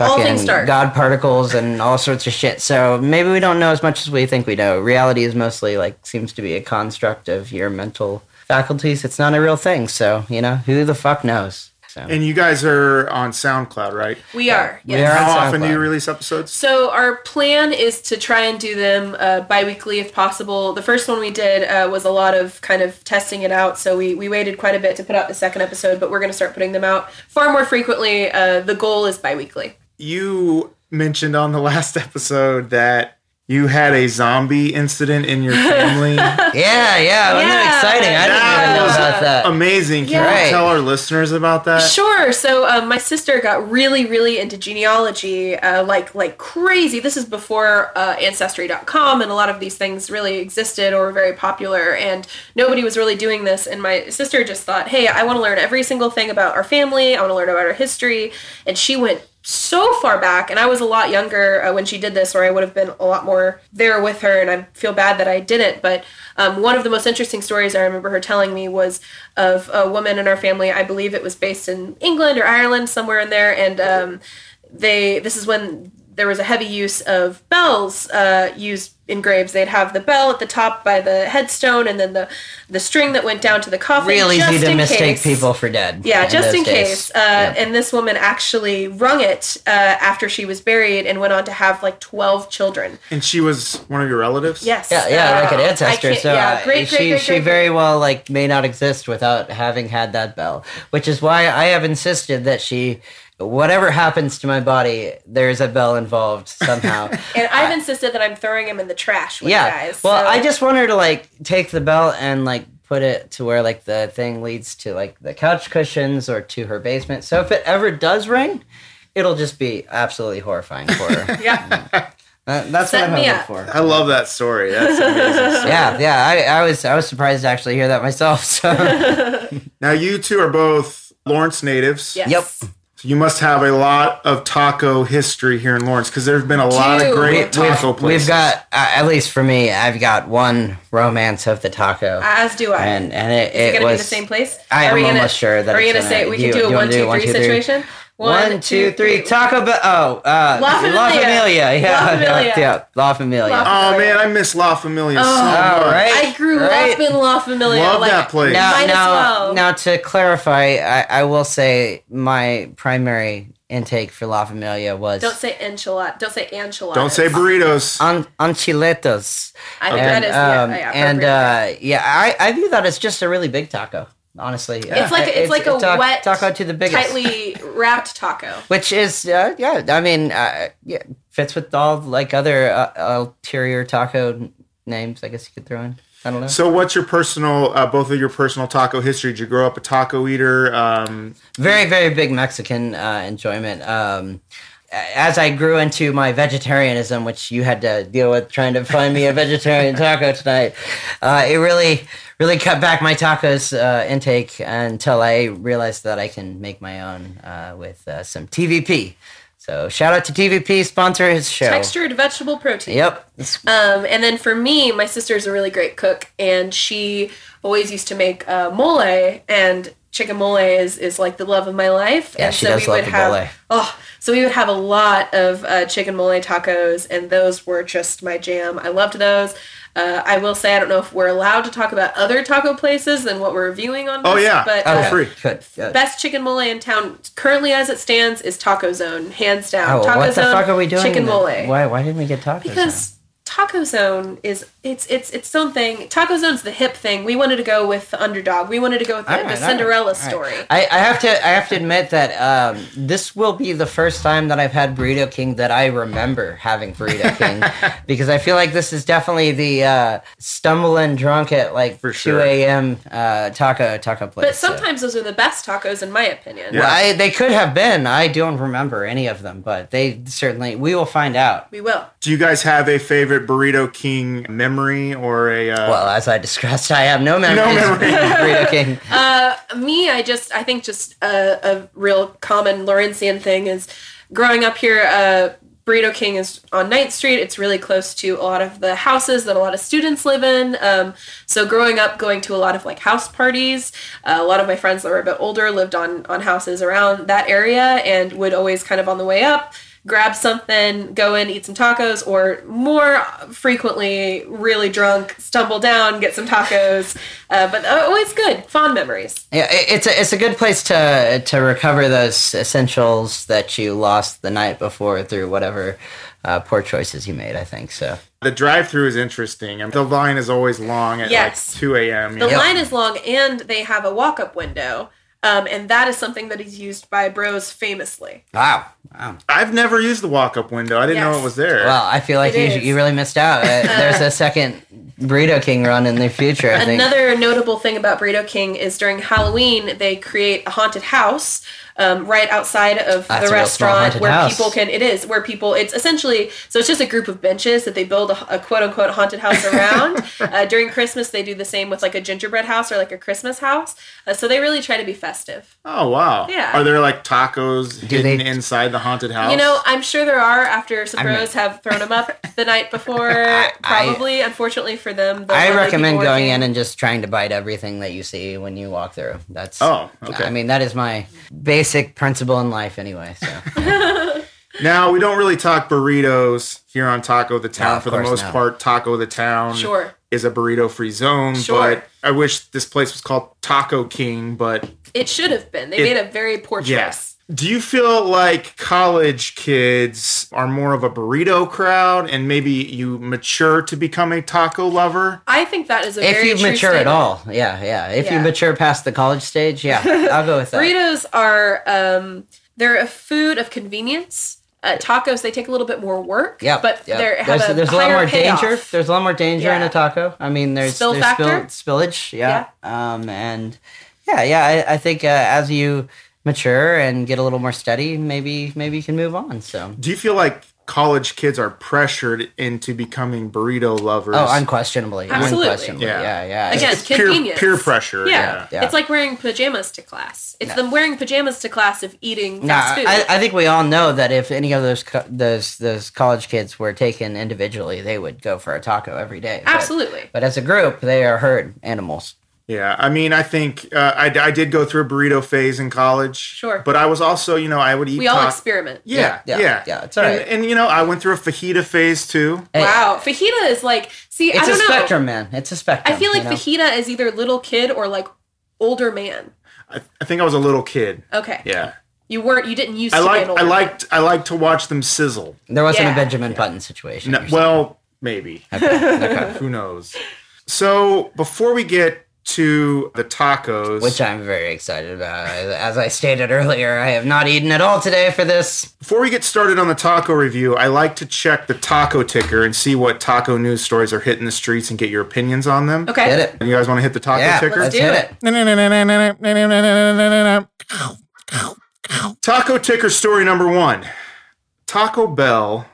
Speaker 3: All
Speaker 4: fucking
Speaker 3: things dark.
Speaker 4: god particles and all sorts of shit. So maybe we don't know as much as we think we know. Reality is mostly like seems to be a construct of your mental faculties. It's not a real thing. So you know who the fuck knows. So.
Speaker 1: And you guys are on SoundCloud, right?
Speaker 3: We are.
Speaker 4: We are
Speaker 1: How
Speaker 4: on
Speaker 1: often do you
Speaker 4: SoundCloud.
Speaker 1: release episodes?
Speaker 3: So our plan is to try and do them uh, bi-weekly if possible. The first one we did uh, was a lot of kind of testing it out, so we, we waited quite a bit to put out the second episode, but we're going to start putting them out far more frequently. Uh, the goal is bi-weekly.
Speaker 1: You mentioned on the last episode that You had a zombie incident in your family.
Speaker 4: Yeah, yeah. Wasn't
Speaker 3: Yeah.
Speaker 4: that exciting? I didn't
Speaker 1: That
Speaker 4: even know
Speaker 1: was
Speaker 4: about that.
Speaker 1: Amazing. Can
Speaker 4: Yeah.
Speaker 1: you tell our listeners about that?
Speaker 3: Sure. So um, my sister got really, really into genealogy, uh, like like crazy. This is before uh, Ancestry.com and a lot of these things really existed or were very popular, and nobody was really doing this. And my sister just thought, hey, I want to learn every single thing about our family. I want to learn about our history, and she went so far back and i was a lot younger uh, when she did this or i would have been a lot more there with her and i feel bad that i didn't but um, one of the most interesting stories i remember her telling me was of a woman in our family i believe it was based in england or ireland somewhere in there and um, they this is when there was a heavy use of bells uh, used in graves they'd have the bell at the top by the headstone and then the the string that went down to the coffin
Speaker 4: Real easy
Speaker 3: just
Speaker 4: to
Speaker 3: in
Speaker 4: mistake
Speaker 3: case.
Speaker 4: people for dead.
Speaker 3: Yeah, just
Speaker 4: those
Speaker 3: in
Speaker 4: days.
Speaker 3: case. Uh,
Speaker 4: Yeah.
Speaker 3: And this woman actually rung it uh, after she was buried and went on to have like 12 children.
Speaker 1: And she was one of your relatives?
Speaker 3: Yes.
Speaker 4: Yeah, yeah,
Speaker 3: Uh,
Speaker 4: like an
Speaker 3: I
Speaker 4: ancestor.
Speaker 3: can't-
Speaker 4: So
Speaker 3: yeah,
Speaker 4: uh,
Speaker 3: great,
Speaker 4: she
Speaker 3: great, great,
Speaker 4: she
Speaker 3: great,
Speaker 4: very well like may not exist without having had that bell, which is why I have insisted that she, whatever happens to my body, there's a bell involved somehow.
Speaker 3: And I've insisted that I'm throwing him in the trash with
Speaker 4: yeah.
Speaker 3: you guys.
Speaker 4: well,
Speaker 3: so-
Speaker 4: I just want her to like take the bell and like put it to where like the thing leads to like the couch cushions or to her basement. So if it ever does ring, it'll just be absolutely horrifying for her. Mm.
Speaker 3: Yeah.
Speaker 4: That- that's
Speaker 3: Set
Speaker 4: what
Speaker 3: me
Speaker 4: I'm
Speaker 3: up.
Speaker 4: hoping for.
Speaker 1: I love that story. That's amazing. story.
Speaker 4: Yeah, yeah. I, I was I was surprised to actually hear that myself. So.
Speaker 1: Now, you two are both Lawrence natives.
Speaker 3: Yes.
Speaker 4: Yep.
Speaker 1: So you must have a lot of taco history here in Lawrence because there have been a lot of
Speaker 3: Dude.
Speaker 1: great
Speaker 3: We-
Speaker 1: taco places.
Speaker 4: We've got, uh, at least for me, I've got one romance of the taco,
Speaker 3: As do I.
Speaker 4: and and
Speaker 3: Uh, Is
Speaker 4: it,
Speaker 3: it
Speaker 4: it
Speaker 3: going to be
Speaker 4: was
Speaker 3: the same place?
Speaker 4: I am
Speaker 3: Are we gonna-
Speaker 4: almost sure that
Speaker 3: Are we
Speaker 4: it's
Speaker 3: going to
Speaker 4: gonna-
Speaker 3: say we
Speaker 4: do
Speaker 3: can
Speaker 4: you-
Speaker 3: do
Speaker 4: you
Speaker 3: a
Speaker 4: wanna
Speaker 3: one,
Speaker 4: do
Speaker 3: two, three
Speaker 4: one, two, three?
Speaker 3: situation?
Speaker 4: One, two, three.
Speaker 3: Talk.
Speaker 4: Taco Bell. Oh, uh,
Speaker 3: La Familia.
Speaker 4: La Familia. Yeah,
Speaker 3: La Familia.
Speaker 4: yeah, yeah. La Familia.
Speaker 3: La-
Speaker 1: Oh, man, I miss La Familia so
Speaker 4: Oh. All
Speaker 1: much.
Speaker 4: right.
Speaker 3: I grew
Speaker 4: right.
Speaker 3: up in La Familia.
Speaker 1: Love
Speaker 3: like,
Speaker 1: that place.
Speaker 4: Now,
Speaker 3: Might as
Speaker 4: now,
Speaker 3: well.
Speaker 4: now, to clarify, I, I will say my primary intake for La Familia was
Speaker 3: Don't say enchilada. Don't say enchilada.
Speaker 1: Don't say burritos.
Speaker 4: an- enchiletas.
Speaker 3: I think
Speaker 4: and
Speaker 3: that is yeah,
Speaker 4: um,
Speaker 3: yeah,
Speaker 4: and
Speaker 3: appropriate.
Speaker 4: uh, yeah, I, I view that as just a really big taco. Honestly,
Speaker 3: It's like- it's like a
Speaker 4: tac-
Speaker 3: wet,
Speaker 4: taco to the biggest,
Speaker 3: tightly wrapped taco.
Speaker 4: which is uh, yeah. I mean, uh, yeah, fits with all like other uh, ulterior taco n- names. I guess you could throw in. I don't know.
Speaker 1: So, what's your personal, uh, both of your personal taco history? Did you grow up a taco eater? Um,
Speaker 4: very very big mexican uh, enjoyment um, a- as i grew into my vegetarianism which you had to deal with trying to find me a vegetarian taco tonight uh, it really really cut back my tacos uh, intake until i realized that i can make my own uh, with uh, some tvp so shout out to tvp sponsor his show
Speaker 3: Textured vegetable protein.
Speaker 4: yep
Speaker 3: Um, and then for me, my sister's a really great cook, and she always used to make uh, mole, and chicken mole is is like the love of my life.
Speaker 4: Yeah,
Speaker 3: and
Speaker 4: she does love the
Speaker 3: have
Speaker 4: mole.
Speaker 3: oh, so we would have a lot of uh, chicken mole tacos, and those were just my jam. I loved those. Uh, I will say I don't know if we're allowed to talk about other taco places than what we're reviewing on. This,
Speaker 1: Oh, yeah.
Speaker 3: but
Speaker 1: Oh,
Speaker 3: uh,
Speaker 1: free.
Speaker 4: good good.
Speaker 3: best chicken mole in town currently as it stands is Taco Zone, hands down.
Speaker 4: Oh,
Speaker 3: Taco
Speaker 4: what the
Speaker 3: Zone,
Speaker 4: fuck are we doing?
Speaker 3: um, Chicken
Speaker 4: then?
Speaker 3: mole.
Speaker 4: Why, why didn't we get tacos? then?
Speaker 3: Because Taco Zone is it's it's its own thing. Taco Zone's the hip thing. We wanted to go with the underdog. We wanted to go with the,
Speaker 4: All right,
Speaker 3: the
Speaker 4: all right, all
Speaker 3: Cinderella
Speaker 4: right.
Speaker 3: story.
Speaker 4: I, I have to I have to admit that um, this will be the first time that I've had Burrito King that I remember having Burrito King because I feel like this is definitely the uh, stumbling drunk at like
Speaker 1: For
Speaker 4: two
Speaker 1: sure.
Speaker 4: a.m. Uh, taco taco place.
Speaker 3: But
Speaker 4: so-
Speaker 3: sometimes those are the best tacos, in my opinion.
Speaker 1: Yeah.
Speaker 4: Well, I, they could have been. I don't remember any of them, but they certainly we will find out.
Speaker 3: We will.
Speaker 1: do you guys have a favorite Burrito King memory or a. Uh,
Speaker 4: Well, as I discussed, I have no memories of
Speaker 1: memory.
Speaker 4: Burrito King.
Speaker 3: Uh, me, I just I think just a, a real common Laurentian thing is growing up here. Uh, Burrito King is on 9th Street. It's really close to a lot of the houses that a lot of students live in. Um, so growing up, going to a lot of like house parties. Uh, a lot of my friends that were a bit older lived on on houses around that area and would always kind of on the way up grab something, go in, eat some tacos, or more frequently, really drunk, stumble down, get some tacos. Uh, but always good, fond memories.
Speaker 4: Yeah, it- it's a it's a good place to to recover those essentials that you lost the night before through whatever uh, poor choices you made. I think so.
Speaker 1: the drive through is interesting. and the line is always long at
Speaker 3: Yes.
Speaker 1: like 2 a.m. you
Speaker 3: The
Speaker 1: know?
Speaker 3: line is long, and they have a walk-up window. Um, and that is something that is used by bros famously.
Speaker 4: Wow. Wow.
Speaker 1: I've never used the walk-up window. I didn't know
Speaker 3: Yes.
Speaker 1: it was there.
Speaker 4: Well, I feel like
Speaker 3: It
Speaker 4: you,
Speaker 3: is.
Speaker 4: you really missed out. Uh, There's a second Burrito King run in the future, I think.
Speaker 3: Another notable thing about Burrito King is during Halloween they create a haunted house um, right outside of
Speaker 4: That's a
Speaker 3: the
Speaker 4: real small
Speaker 3: restaurant
Speaker 4: haunted
Speaker 3: where
Speaker 4: house.
Speaker 3: people can. It is where people. It's essentially so it's just a group of benches that they build a, a quote unquote haunted house around. uh, during Christmas they do the same with like a gingerbread house or like a Christmas house. Uh, so they really try to be festive.
Speaker 1: oh wow.
Speaker 3: Yeah.
Speaker 1: Are there like tacos
Speaker 4: Do
Speaker 1: hidden
Speaker 4: they-
Speaker 1: inside the haunted house?
Speaker 3: You know, I'm sure there are after some
Speaker 4: I mean-
Speaker 3: bros have thrown them up the night before.
Speaker 4: I-
Speaker 3: Probably, unfortunately for them. The
Speaker 4: I
Speaker 3: lovely
Speaker 4: recommend
Speaker 3: people
Speaker 4: going
Speaker 3: working-
Speaker 4: in and just trying to bite everything that you see when you walk through. That's
Speaker 1: Oh, okay.
Speaker 4: I mean, that is my basic principle in life, anyway. So
Speaker 1: Now we don't really talk burritos here on Taco the Town
Speaker 4: of
Speaker 1: for the
Speaker 4: course
Speaker 1: most
Speaker 4: not.
Speaker 1: part. Taco the Town
Speaker 3: Sure.
Speaker 1: is a burrito free zone,
Speaker 3: Sure.
Speaker 1: but I wish this place was called Taco King, but
Speaker 3: It should have been. They
Speaker 1: It-
Speaker 3: made a very poor choice.
Speaker 1: yes. Do you feel like college kids are more of a burrito crowd and maybe you mature to become a taco lover?
Speaker 3: I think that is a
Speaker 4: if
Speaker 3: very
Speaker 4: you
Speaker 3: true
Speaker 4: mature at
Speaker 3: statement.
Speaker 4: all, yeah, yeah. If you
Speaker 3: Yeah.
Speaker 4: mature past the college stage, yeah, I'll go with that.
Speaker 3: Burritos are um, they're a food of convenience. Uh, tacos they take a little bit more work.
Speaker 4: Yep,
Speaker 3: but
Speaker 4: yep.
Speaker 3: they're have
Speaker 4: there's,
Speaker 3: a
Speaker 4: there's a lot
Speaker 3: higher
Speaker 4: more
Speaker 3: payoff.
Speaker 4: danger. There's a lot more danger in
Speaker 3: Yeah.
Speaker 4: a taco. I mean, there's
Speaker 3: Spill
Speaker 4: there's
Speaker 3: factor?
Speaker 4: spillage, yeah. Um, and yeah, yeah. I, I think uh, as you mature and get a little more steady, maybe maybe you can move on. So
Speaker 1: Do you feel like college kids are pressured into becoming burrito lovers?
Speaker 4: oh, unquestionably,
Speaker 3: Absolutely.
Speaker 4: unquestionably,
Speaker 1: Yeah.
Speaker 4: yeah, yeah.
Speaker 3: Again,
Speaker 1: It's peer,
Speaker 3: convenience.
Speaker 1: peer pressure.
Speaker 3: Yeah.
Speaker 4: yeah.
Speaker 3: it's like wearing pajamas to class. It's them wearing pajamas to class of eating
Speaker 4: No,
Speaker 3: fast food.
Speaker 4: I, I think we all know that if any of those co- those those college kids were taken individually, they would go for a taco every day. But-
Speaker 3: Absolutely.
Speaker 4: But, as a group, they are herd animals.
Speaker 1: Yeah, I mean, I think uh, I, I did go through a burrito phase in college.
Speaker 3: Sure.
Speaker 1: But I was also, you know, I would eat.
Speaker 3: we all
Speaker 1: ta-
Speaker 3: experiment.
Speaker 1: Yeah, yeah,
Speaker 4: Yeah, yeah, yeah, it's all
Speaker 1: and,
Speaker 4: right.
Speaker 1: and you know, I went through a fajita phase too.
Speaker 4: Hey,
Speaker 3: Wow, fajita is like see. I
Speaker 4: Eh, It's a
Speaker 3: don't know.
Speaker 4: spectrum, man. It's a spectrum.
Speaker 3: I feel like
Speaker 4: you know?
Speaker 3: fajita is either little kid or like older man.
Speaker 1: I, I think I was a little kid.
Speaker 3: Okay,
Speaker 1: Yeah,
Speaker 3: you weren't. You didn't used
Speaker 1: I
Speaker 3: to be
Speaker 1: liked,
Speaker 3: an older.
Speaker 1: I
Speaker 3: man.
Speaker 1: liked, I liked to watch them sizzle.
Speaker 4: there wasn't
Speaker 3: yeah.
Speaker 4: a Benjamin Button situation.
Speaker 1: No,
Speaker 4: you're saying.
Speaker 1: well, maybe.
Speaker 4: Okay,
Speaker 1: Who knows? So before we get to the tacos,
Speaker 4: which I'm very excited about. As, as I stated earlier, I have not eaten at all today for this.
Speaker 1: Before we get started on the taco review, I like to check the taco ticker and see what taco news stories are hitting the streets and get your opinions on them.
Speaker 3: Okay,
Speaker 4: Hit it.
Speaker 1: You guys want to hit the taco
Speaker 4: Yeah,
Speaker 1: ticker?
Speaker 4: let's
Speaker 3: do it.
Speaker 4: hit it.
Speaker 1: Taco ticker story number one Taco Bell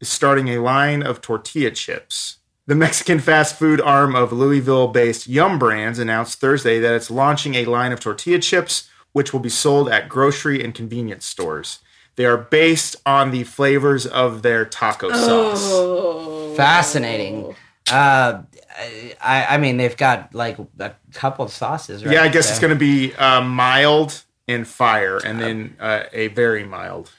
Speaker 1: is starting a line of tortilla chips. The Mexican fast food arm of Louisville based Yum Brands announced Thursday that it's launching a line of tortilla chips, which will be sold at grocery and convenience stores. They are based on the flavors of their taco sauce.
Speaker 3: Oh.
Speaker 4: Fascinating. Uh, I, I mean, they've got like a couple sauces, right?
Speaker 1: Yeah, I guess it's
Speaker 4: So-
Speaker 1: going to be uh, mild and fire, and then uh, a very mild.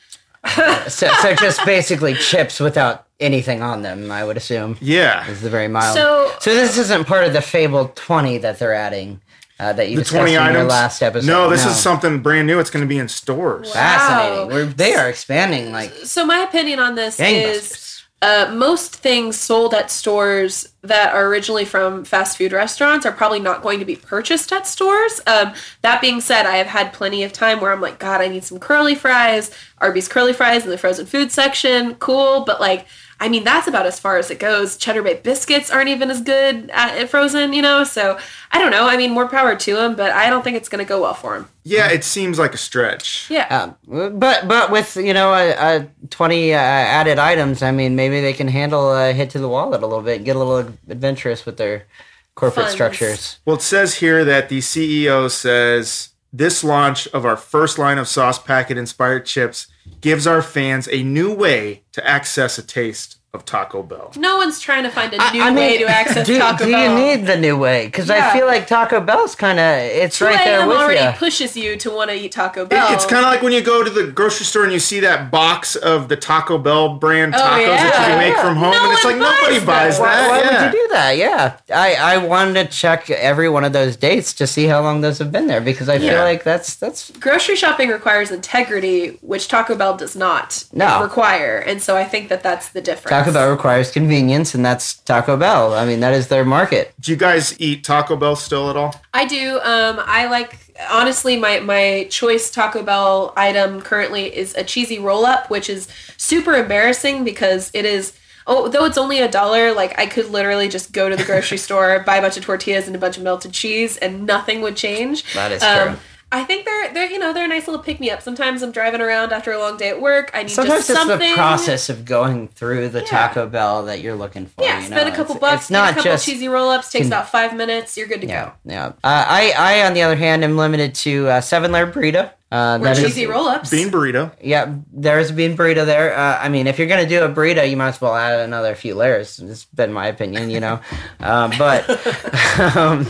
Speaker 4: So, so just basically chips without anything on them, I would assume.
Speaker 1: Yeah.
Speaker 4: Is the very mild.
Speaker 3: So-
Speaker 4: this isn't part of the fabled 20 that they're adding uh, that you
Speaker 1: The
Speaker 4: discussed
Speaker 1: 20
Speaker 4: in your
Speaker 1: items.
Speaker 4: last episode.
Speaker 1: No, this is something brand new. It's going to be in stores.
Speaker 4: fascinating.
Speaker 3: Wow.
Speaker 4: We're, they are expanding like
Speaker 3: So my opinion on this is
Speaker 4: gangbusters.
Speaker 3: uh, most things sold at stores that are originally from fast food restaurants are probably not going to be purchased at stores. Um, that being said, I have had plenty of time where I'm like, God, I need some curly fries, Arby's curly fries in the frozen food section. Cool, but like, I mean, that's about as far as it goes. Cheddar Bay biscuits aren't even as good at, at frozen, you know. So I don't know. I mean, more power to them, but I don't think it's going to go well for them.
Speaker 1: Yeah, it seems like a stretch.
Speaker 3: Yeah.
Speaker 4: Um, but but with you know uh, uh, 20 uh, added items, I mean maybe they can handle a hit to the wallet a little bit, get a little adventurous with their corporate
Speaker 3: Funds.
Speaker 4: structures.
Speaker 1: Well, it says here that the CEO says this launch of our first line of sauce packet inspired chips gives our fans a new way to access a taste of Taco Bell.
Speaker 3: No one's trying to find a
Speaker 4: I-
Speaker 3: new
Speaker 4: I mean,
Speaker 3: way to access
Speaker 4: do,
Speaker 3: Taco
Speaker 4: do
Speaker 3: Bell.
Speaker 4: you need the new way? Because
Speaker 3: Yeah.
Speaker 4: I feel like Taco Bell's kind of it's
Speaker 3: 2
Speaker 4: right there
Speaker 3: a.m.
Speaker 4: with
Speaker 3: already
Speaker 4: you.
Speaker 3: pushes you to want to eat Taco
Speaker 1: It-
Speaker 3: Bell.
Speaker 1: It's kind of like when you go to the grocery store and you see that box of the Taco Bell brand
Speaker 3: Oh,
Speaker 1: tacos that you
Speaker 3: yeah.
Speaker 1: can make from home,
Speaker 3: No
Speaker 1: and it's like
Speaker 3: one
Speaker 1: nobody
Speaker 3: buys
Speaker 1: buys
Speaker 3: those.
Speaker 1: that.
Speaker 4: Why
Speaker 1: yeah.
Speaker 4: would you do that? Yeah, I, I wanted to check every one of those dates to see how long those have been there because I
Speaker 1: Yeah.
Speaker 4: feel like that's that's
Speaker 3: grocery shopping requires integrity, which Taco Bell does not
Speaker 4: No.
Speaker 3: require, and so I think that that's the difference.
Speaker 4: Taco Bell requires convenience and that's Taco Bell. I mean that is their market.
Speaker 1: Do you guys eat Taco Bell still at all?
Speaker 3: I do. Um, I like. honestly, my my choice Taco Bell item currently is a cheesy roll up, which is super embarrassing because it is. Oh, though it's only a dollar, like I could literally just go to the grocery store, buy a bunch of tortillas and a bunch of melted cheese, and nothing would change. Um,
Speaker 4: That is true.
Speaker 3: I think they're they're you know they're a nice little pick me up. Sometimes I'm driving around after a long day at work. I need
Speaker 4: Sometimes
Speaker 3: just
Speaker 4: it's
Speaker 3: something.
Speaker 4: the process of going through the
Speaker 3: Yeah.
Speaker 4: Taco Bell that you're looking for.
Speaker 3: Yeah,
Speaker 4: you know?
Speaker 3: spend a couple
Speaker 4: It's-
Speaker 3: bucks,
Speaker 4: It's
Speaker 3: get
Speaker 4: not
Speaker 3: a couple
Speaker 4: just
Speaker 3: cheesy roll ups. Takes
Speaker 4: can-
Speaker 3: about five minutes. You're good to
Speaker 4: yeah,
Speaker 3: go.
Speaker 4: yeah. Uh, I, I on the other hand, am limited to uh, seven layer burrito. Uh,
Speaker 3: Or
Speaker 4: that is-
Speaker 3: cheesy roll ups.
Speaker 1: Bean burrito.
Speaker 4: Yeah, there's a bean burrito there. Uh, I mean, if you're gonna do a burrito, you might as well add another few layers. It's been my opinion, you know. um, but um,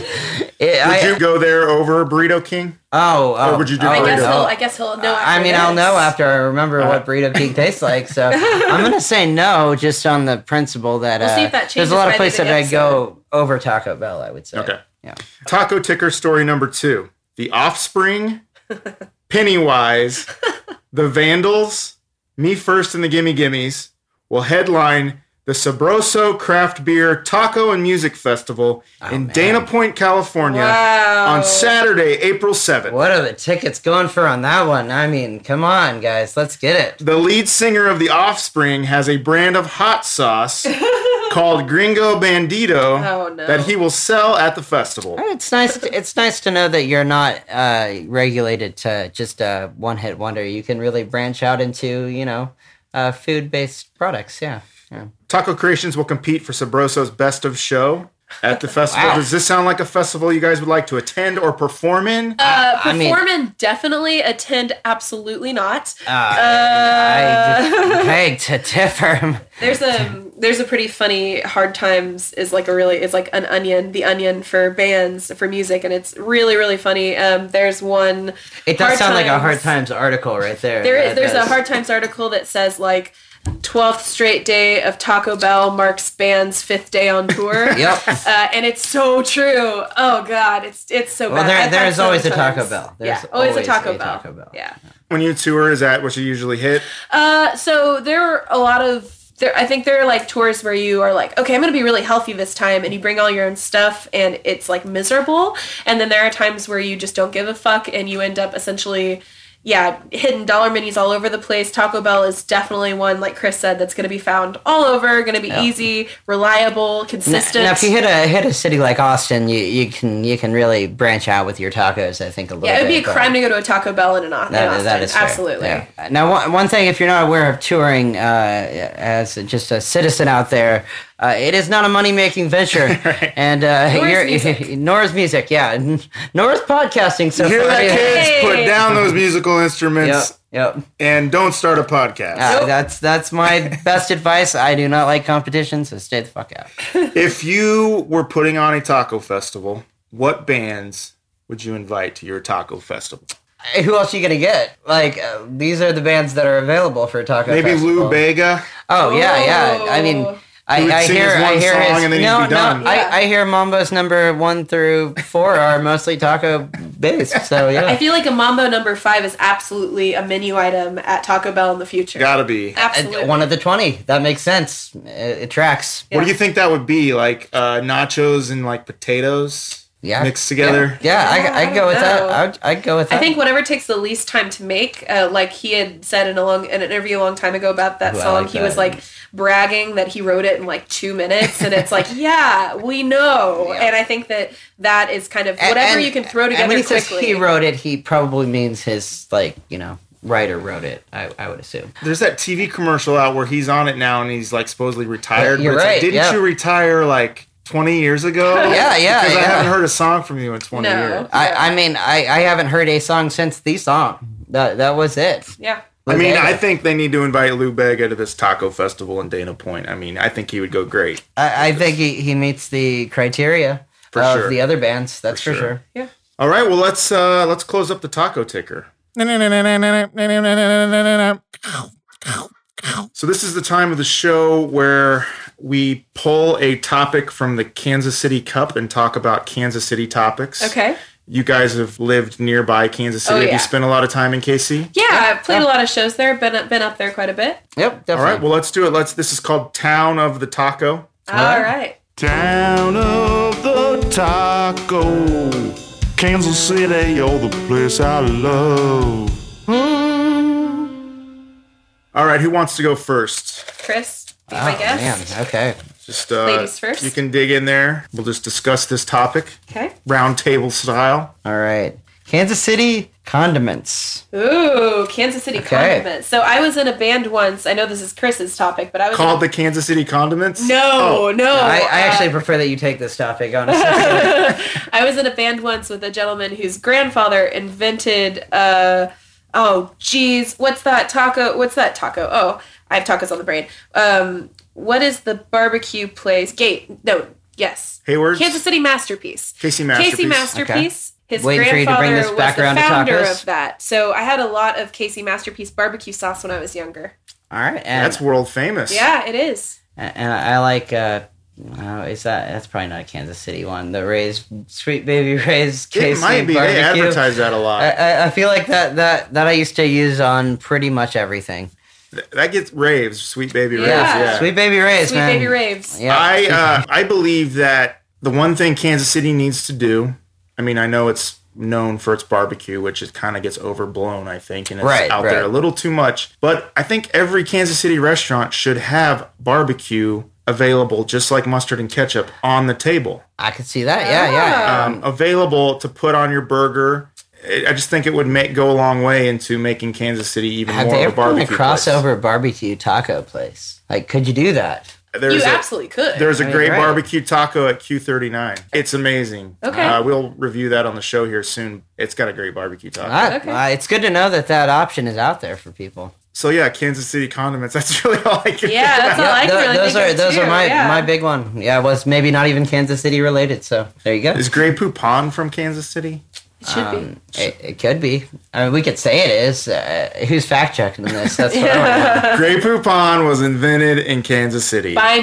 Speaker 4: it,
Speaker 1: Would
Speaker 4: I,
Speaker 1: you go there over Burrito King?
Speaker 4: oh, oh,
Speaker 1: Or would you do
Speaker 4: oh,
Speaker 3: I
Speaker 1: burrito?
Speaker 3: guess
Speaker 1: Oh.
Speaker 3: he'll. I guess he'll know. After
Speaker 4: I mean, I'll
Speaker 3: this.
Speaker 4: know after I remember what burrito king tastes like. So I'm gonna say no, just on the principle that
Speaker 3: We'll
Speaker 4: uh,
Speaker 3: see if that
Speaker 4: there's a lot
Speaker 3: changes by
Speaker 4: of places
Speaker 3: the
Speaker 4: that I
Speaker 3: episode.
Speaker 4: go over Taco Bell. I would say.
Speaker 1: Okay.
Speaker 4: Yeah.
Speaker 1: Taco ticker story number two: The Offspring, Pennywise, The Vandals, Me First, and the Gimme Gimmies will headline the Sabroso Craft Beer Taco and Music Festival in
Speaker 4: Oh, man.
Speaker 1: Dana Point, California,
Speaker 3: Wow.
Speaker 1: on Saturday, April seventh.
Speaker 4: What are the tickets going for on that one? I mean, come on, guys, let's get it.
Speaker 1: The lead singer of The Offspring has a brand of hot sauce called Gringo Bandito
Speaker 3: Oh, no.
Speaker 1: that he will sell at the festival.
Speaker 4: It's nice. It's nice to know that you're not uh, regulated to just a one-hit wonder. You can really branch out into, you know, uh, food-based products. Yeah. yeah.
Speaker 1: Taco Creations will compete for Sabroso's Best of Show at the festival.
Speaker 4: Wow.
Speaker 1: Does this sound like a festival you guys would like to attend or perform in?
Speaker 3: Uh,
Speaker 4: I mean-
Speaker 3: perform and definitely attend. Absolutely not.
Speaker 4: Uh, I beg to differ.
Speaker 3: There's a there's a pretty funny hard times is like a really is like an onion the onion for bands for music and it's really really funny. Um, there's one.
Speaker 4: It does
Speaker 3: Hard
Speaker 4: sound like a
Speaker 3: Times.
Speaker 4: hard times article right there.
Speaker 3: There
Speaker 4: That
Speaker 3: is there's a
Speaker 4: does.
Speaker 3: hard times article that says like. 12th straight day of Taco Bell marks band's fifth day on tour.
Speaker 4: Yep.
Speaker 3: Uh, and it's so true. Oh God, it's it's so
Speaker 4: Well,
Speaker 3: bad.
Speaker 4: there-
Speaker 3: I've
Speaker 4: there
Speaker 3: had
Speaker 4: is
Speaker 3: so
Speaker 4: always
Speaker 3: many
Speaker 4: a Taco
Speaker 3: times.
Speaker 4: Bell. There's
Speaker 3: yeah, always,
Speaker 4: always
Speaker 3: a, Taco,
Speaker 4: a
Speaker 3: Bell.
Speaker 4: Taco Bell.
Speaker 3: Yeah.
Speaker 1: when you tour, is that what you usually hit?
Speaker 3: Uh, so there are a lot of there. I think there are like tours where you are like, okay, I'm gonna be really healthy this time, and you bring all your own stuff, and it's like miserable. And then there are times where you just don't give a fuck, and you end up essentially. Yeah, hidden dollar menus all over the place. Taco Bell is definitely one, like Chris said, that's going to be found all over. Going to be easy, reliable,
Speaker 4: Now,
Speaker 3: consistent.
Speaker 4: now, if you hit a hit a city like Austin, you, you can you can really branch out with your tacos. I think a little.
Speaker 3: yeah, it would be a
Speaker 4: bit, but-
Speaker 3: crime to go to a Taco Bell in an Au- in
Speaker 4: That-
Speaker 3: Austin.
Speaker 4: that is fair.
Speaker 3: absolutely.
Speaker 4: Yeah. Now, one, one thing, if you're not aware of touring uh, as just a citizen out there, uh, it is not a money making venture, and uh,
Speaker 3: Nor is
Speaker 4: you're,
Speaker 3: music.
Speaker 4: nor is music, yeah, n- nor is podcasting. So
Speaker 1: You hear
Speaker 4: far,
Speaker 1: that,
Speaker 4: yeah.
Speaker 1: kids? Put
Speaker 3: Hey.
Speaker 1: down those musical
Speaker 4: Yep,
Speaker 1: instruments
Speaker 4: yep.
Speaker 1: and don't start a podcast.
Speaker 4: Uh,
Speaker 3: Nope.
Speaker 4: That's that's my best advice. I do not like competition, so stay the fuck out.
Speaker 1: If you were putting on a taco festival, what bands would you invite to your taco festival?
Speaker 4: Who else are you gonna get? Like uh, these are the bands that are available for Taco.
Speaker 1: Maybe
Speaker 4: Festival.
Speaker 1: Lou Bega.
Speaker 4: Oh yeah, yeah. I mean,
Speaker 3: Oh.
Speaker 1: He
Speaker 4: I,
Speaker 1: would
Speaker 4: I
Speaker 1: sing
Speaker 4: hear,
Speaker 1: his
Speaker 4: I
Speaker 1: one
Speaker 4: hear
Speaker 1: song
Speaker 4: his,
Speaker 1: and then he'd
Speaker 4: no,
Speaker 1: be done.
Speaker 4: no.
Speaker 3: Yeah.
Speaker 4: I, I hear Mambo's number one through four are mostly taco based. So yeah,
Speaker 3: I feel like a mambo number five is absolutely a menu item at Taco Bell in the future.
Speaker 1: Gotta be.
Speaker 3: absolutely.
Speaker 4: Uh, one of the twenty. That makes sense. It, it tracks.
Speaker 1: What do you think that would be? Like uh, nachos and like potatoes
Speaker 4: Yeah.
Speaker 1: mixed together?
Speaker 4: Yeah, I, I,
Speaker 3: I
Speaker 4: would go with
Speaker 3: don't
Speaker 4: that.
Speaker 3: know.
Speaker 4: I would, I'd go with that.
Speaker 3: I think whatever takes the least time to make, uh, like he had said in a long in an interview a long time ago about that
Speaker 4: Ooh, I
Speaker 3: song,
Speaker 4: like
Speaker 3: he
Speaker 4: that.
Speaker 3: was like bragging that he wrote it in like two minutes, and it's like, yeah, we know.
Speaker 4: Yeah.
Speaker 3: And I think that that is kind of
Speaker 4: A-
Speaker 3: whatever
Speaker 4: and-
Speaker 3: you can throw together
Speaker 4: And when he
Speaker 3: quickly.
Speaker 4: says he wrote it, he probably means his like you know writer wrote it. I, I would assume.
Speaker 1: There's that TV commercial out where he's on it now and he's like supposedly retired.
Speaker 4: You're
Speaker 1: but it's like,
Speaker 4: right,
Speaker 1: Didn't
Speaker 4: yeah.
Speaker 1: you retire like 20 years ago?
Speaker 4: Yeah, yeah,
Speaker 1: Because I
Speaker 4: yeah.
Speaker 1: haven't heard a song from you in 20
Speaker 3: No.
Speaker 1: years.
Speaker 4: I, I mean, I, I haven't heard a song since the song. That that was it.
Speaker 3: yeah.
Speaker 1: I mean,
Speaker 4: Bega.
Speaker 1: I think they need to invite Lou Bega to this taco festival in Dana Point. I mean, I think he would go great.
Speaker 4: I, I think he, he meets the criteria
Speaker 1: For
Speaker 4: of
Speaker 1: sure.
Speaker 4: the other bands. That's for,
Speaker 1: sure.
Speaker 4: sure.
Speaker 1: All right, well let's uh let's close up the taco ticker. So this is the time of the show where we pull a topic from the Kansas City Cup and talk about Kansas City topics.
Speaker 3: Okay.
Speaker 1: You guys have lived nearby Kansas City.
Speaker 3: Oh,
Speaker 1: Have
Speaker 3: yeah.
Speaker 1: you spent a lot of time in KC?
Speaker 3: Yeah, I've
Speaker 4: Oh.
Speaker 3: played a lot of shows there. Been been up there quite a bit.
Speaker 4: Yep,
Speaker 1: All
Speaker 4: definitely.
Speaker 1: right, well let's do it. Let's this is called Town of the Taco.
Speaker 3: All right.
Speaker 1: Town of the Taco. Kansas City, you're the place I love. Hmm. All right, who wants to go first?
Speaker 3: Chris, be
Speaker 4: Oh,
Speaker 3: my guest.
Speaker 4: man. Okay.
Speaker 1: Just uh,
Speaker 3: Ladies first.
Speaker 1: You can dig in there. We'll just discuss this topic
Speaker 3: Okay.
Speaker 1: round table style.
Speaker 4: All right. Kansas City condiments.
Speaker 3: Oh, Ooh, Kansas City
Speaker 4: Okay.
Speaker 3: condiments. So I was in a band once. I know this is Chris's topic, but I was in a-
Speaker 1: Called the Kansas City Condiments.
Speaker 3: No,
Speaker 1: Oh,
Speaker 3: no.
Speaker 4: I, I
Speaker 3: uh,
Speaker 4: actually prefer that you take this topic, honestly.
Speaker 3: I was in a band once with a gentleman whose grandfather invented uh oh geez, what's that taco what's that taco? Oh, I have tacos on the brain. Um what is the barbecue place? Gate no, yes.
Speaker 1: Hayward's?
Speaker 3: Kansas City Masterpiece.
Speaker 1: Casey Masterpiece.
Speaker 3: Casey Masterpiece. His
Speaker 4: Waiting for you to
Speaker 3: grandfather
Speaker 4: bring this
Speaker 3: was
Speaker 4: back
Speaker 3: the
Speaker 4: around to
Speaker 3: founder
Speaker 4: tacos.
Speaker 3: of that. So I had a lot of Casey Masterpiece barbecue sauce when I was younger.
Speaker 4: All right. And,
Speaker 1: That's world famous.
Speaker 3: Yeah, it is.
Speaker 4: and I like. Uh, uh, is that that's probably not a Kansas City one? The Ray's Sweet Baby Ray's
Speaker 1: It
Speaker 4: Casey
Speaker 1: might be. They
Speaker 4: barbecue.
Speaker 1: advertise that a lot.
Speaker 4: I, I, I feel like that that that I used to use on pretty much everything.
Speaker 1: Th- that gets raves, sweet baby
Speaker 3: Yeah.
Speaker 1: raves. Yeah.
Speaker 4: Sweet Baby Ray's,
Speaker 3: Sweet
Speaker 4: man.
Speaker 3: baby raves.
Speaker 4: Yeah.
Speaker 1: I uh, I believe that the one thing Kansas City needs to do. I mean, I know it's known for its barbecue, which it kind of gets overblown, I think, and it's
Speaker 4: Right,
Speaker 1: out
Speaker 4: right.
Speaker 1: there a little too much. But I think every Kansas City restaurant should have barbecue available, just like mustard and ketchup, on the table,
Speaker 4: I could see that. Yeah, yeah.
Speaker 1: um, available to put on your burger. I I just think it would make go a long way into making Kansas City
Speaker 3: Ah.
Speaker 1: even
Speaker 4: Have
Speaker 1: more
Speaker 4: they
Speaker 1: of a
Speaker 4: ever done a
Speaker 1: barbecue. place.
Speaker 4: crossover barbecue taco place? Like, could you do that?
Speaker 1: There's
Speaker 3: you
Speaker 1: a-
Speaker 3: absolutely could.
Speaker 1: There's a
Speaker 4: mean,
Speaker 1: great
Speaker 4: right.
Speaker 1: barbecue taco at Q39. It's amazing.
Speaker 3: Okay.
Speaker 1: Uh, we'll review that on the show here soon. It's got a great barbecue taco.
Speaker 4: I,
Speaker 3: Okay.
Speaker 4: uh, it's good to know that that option is out there for people.
Speaker 1: so yeah, Kansas City condiments. That's really all I can.
Speaker 3: Yeah,
Speaker 1: think
Speaker 3: that's all
Speaker 1: about.
Speaker 3: I can
Speaker 4: Th-
Speaker 3: really
Speaker 4: those
Speaker 3: think
Speaker 4: are
Speaker 3: of
Speaker 4: those
Speaker 3: too,
Speaker 4: are my
Speaker 3: yeah.
Speaker 4: my big one. Yeah, it was maybe not even Kansas City related. So there you go.
Speaker 1: Is Grey Poupon from Kansas City?
Speaker 3: It should be.
Speaker 4: Um, it, it could be. I mean, we could say it is. Uh, who's fact checking this? That's what I want. to know.
Speaker 1: Grey Poupon was invented in Kansas City by,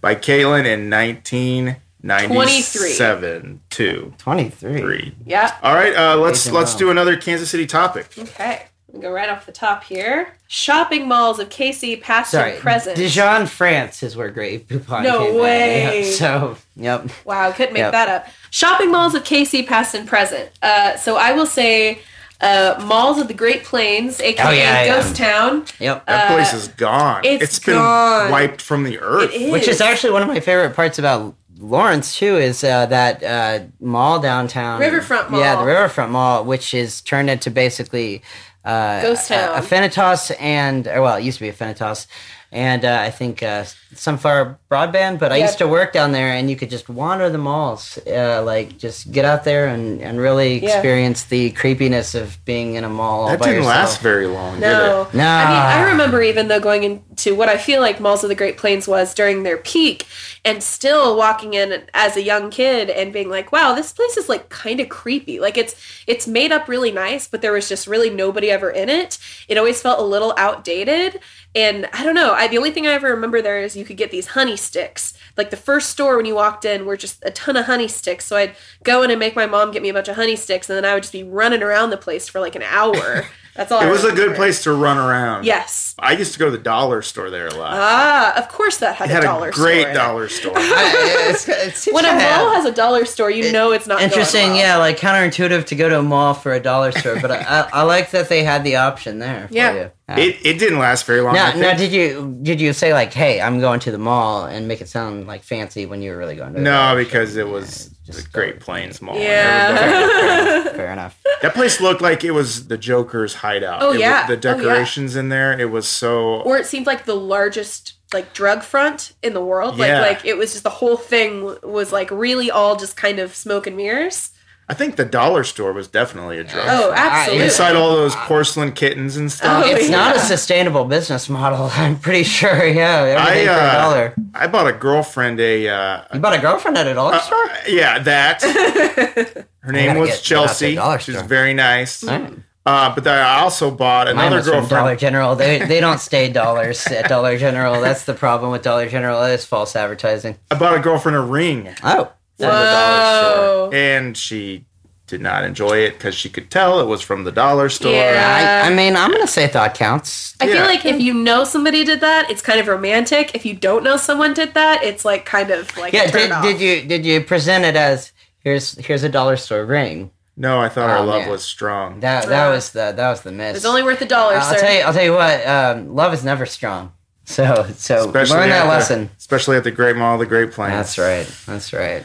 Speaker 3: By me.
Speaker 1: Caitlin in 1997. Two,
Speaker 4: Twenty three.
Speaker 1: three.
Speaker 3: Yeah.
Speaker 1: All right, uh, let's
Speaker 4: Amazing
Speaker 1: let's
Speaker 4: wow.
Speaker 1: do another Kansas City topic.
Speaker 3: Okay. We'll go right off the top here. Shopping malls of KC, past
Speaker 4: Sorry,
Speaker 3: and present.
Speaker 4: Dijon, France is where Great Poupon
Speaker 3: No
Speaker 4: came out.
Speaker 3: way.
Speaker 4: Yep, So, yep.
Speaker 3: wow, I couldn't make
Speaker 4: Yep.
Speaker 3: that up. Shopping malls of KC, past and present. Uh, so I will say uh, malls of the Great Plains, aka
Speaker 4: Oh, yeah, yeah.
Speaker 3: Ghost Town.
Speaker 4: Yep.
Speaker 1: That
Speaker 3: Uh,
Speaker 1: place is gone.
Speaker 3: it's
Speaker 1: it's been
Speaker 3: gone.
Speaker 1: wiped from the earth.
Speaker 3: It
Speaker 4: Which
Speaker 3: is.
Speaker 4: is actually one of my favorite parts about Lawrence too is uh, that uh, mall downtown,
Speaker 3: Riverfront Mall.
Speaker 4: Yeah, the Riverfront Mall, which is turned into basically uh,
Speaker 3: Ghost
Speaker 4: a-
Speaker 3: town.
Speaker 4: a Fenitas and or, well, it used to be a Fenitas, and uh, I think uh, Sunflower Broadband. But I
Speaker 3: Yeah.
Speaker 4: used to work down there, and you could just wander the malls, uh, like just get out there and, and really
Speaker 3: Yeah.
Speaker 4: experience the creepiness of being in a mall. all
Speaker 1: that
Speaker 4: by
Speaker 1: didn't
Speaker 4: yourself.
Speaker 1: last very long, did it?
Speaker 3: No.
Speaker 4: Nah.
Speaker 3: I mean, I remember even though going into what I feel like Malls of the Great Plains was during their peak and still walking in as a young kid and being like, wow, this place is like kind of creepy. Like it's it's made up really nice, but there was just really nobody ever in it. It always felt a little outdated. And I don't know. I, the only thing I ever remember there is you could get these honey sticks. Like the first store when you walked in were just a ton of honey sticks. So I'd go in and make my mom get me a bunch of honey sticks, and then I would just be running around the place for like an hour. That's all. I
Speaker 1: It was a
Speaker 3: remember.
Speaker 1: good place to run around.
Speaker 3: Yes.
Speaker 1: I used to go to the dollar store there a lot.
Speaker 3: Ah, of course that had,
Speaker 1: it had
Speaker 3: a dollar
Speaker 1: a great
Speaker 3: store.
Speaker 1: dollar store.
Speaker 4: I- it's- it seems
Speaker 3: When a
Speaker 4: kinda-
Speaker 3: mall has a dollar store, you know it's not going
Speaker 4: Interesting,
Speaker 3: well.
Speaker 4: yeah, like counterintuitive to go to a mall for a dollar store, but I, I, I like that they had the option there. For
Speaker 3: Yeah.
Speaker 4: You. Uh,
Speaker 1: it, it didn't last very long. I
Speaker 4: now,
Speaker 1: think.
Speaker 4: now, did you did you say like, "Hey, I'm going to the mall" and make it sound like fancy when you were really going to? the
Speaker 1: no,
Speaker 4: mall?
Speaker 1: because it was
Speaker 4: just
Speaker 1: the Great Plains Mall.
Speaker 3: Yeah.
Speaker 4: Fair enough.
Speaker 1: that place looked like it was the Joker's hideout.
Speaker 3: Oh,
Speaker 1: It was-
Speaker 3: yeah.
Speaker 1: the
Speaker 3: Oh, yeah.
Speaker 1: decorations in there. It was so.
Speaker 3: or it seemed like the largest like drug front in the world.
Speaker 1: Yeah.
Speaker 3: Like like it was just the whole thing w- was like really all just kind of smoke and mirrors.
Speaker 1: I think the dollar store was definitely a drug.
Speaker 3: Oh,
Speaker 4: I-
Speaker 3: absolutely.
Speaker 1: Inside all those porcelain kittens and stuff.
Speaker 3: Oh,
Speaker 4: It's
Speaker 3: yeah.
Speaker 4: not a sustainable business model. I'm pretty sure. Yeah,
Speaker 1: I
Speaker 4: everything for
Speaker 1: uh,
Speaker 4: a dollar.
Speaker 1: I bought a girlfriend a. Uh,
Speaker 4: You bought a girlfriend at a dollar store.
Speaker 1: uh, yeah, that. Her name
Speaker 4: gotta
Speaker 1: was
Speaker 4: get-
Speaker 1: Chelsea.
Speaker 4: go out to the dollar
Speaker 1: She's
Speaker 4: store.
Speaker 1: very nice.
Speaker 4: Alright.
Speaker 1: Uh, but then I also bought
Speaker 4: Mine
Speaker 1: another
Speaker 4: was from Dollar
Speaker 1: girlfriend.
Speaker 4: General. They, they don't stay dollars at Dollar General. That's the problem with Dollar General. That is false advertising.
Speaker 1: I bought a girlfriend a ring.
Speaker 4: Oh,
Speaker 1: from the dollar
Speaker 3: Whoa.
Speaker 1: store. And she did not enjoy it because she could tell it was from the dollar store.
Speaker 3: Yeah.
Speaker 4: I, I mean, I'm gonna say thought counts.
Speaker 3: I
Speaker 1: Yeah.
Speaker 3: feel like if you know somebody did that, it's kind of romantic. If you don't know someone did that, it's like kind of like a
Speaker 4: Yeah,
Speaker 3: turn
Speaker 4: did,
Speaker 3: off.
Speaker 4: did you did you present it as here's here's a dollar store ring.
Speaker 1: No, I thought our
Speaker 4: Oh,
Speaker 1: love
Speaker 4: man.
Speaker 1: was strong.
Speaker 4: That that
Speaker 3: Ah.
Speaker 4: was the that was the miss.
Speaker 3: It's only worth a dollar,
Speaker 4: I'll
Speaker 3: sir.
Speaker 4: tell you. I'll tell you what. Um, love is never strong. So so learn
Speaker 1: at
Speaker 4: that
Speaker 1: the-
Speaker 4: lesson.
Speaker 1: especially at the Great Mall of the Great Plains.
Speaker 4: That's right. That's right.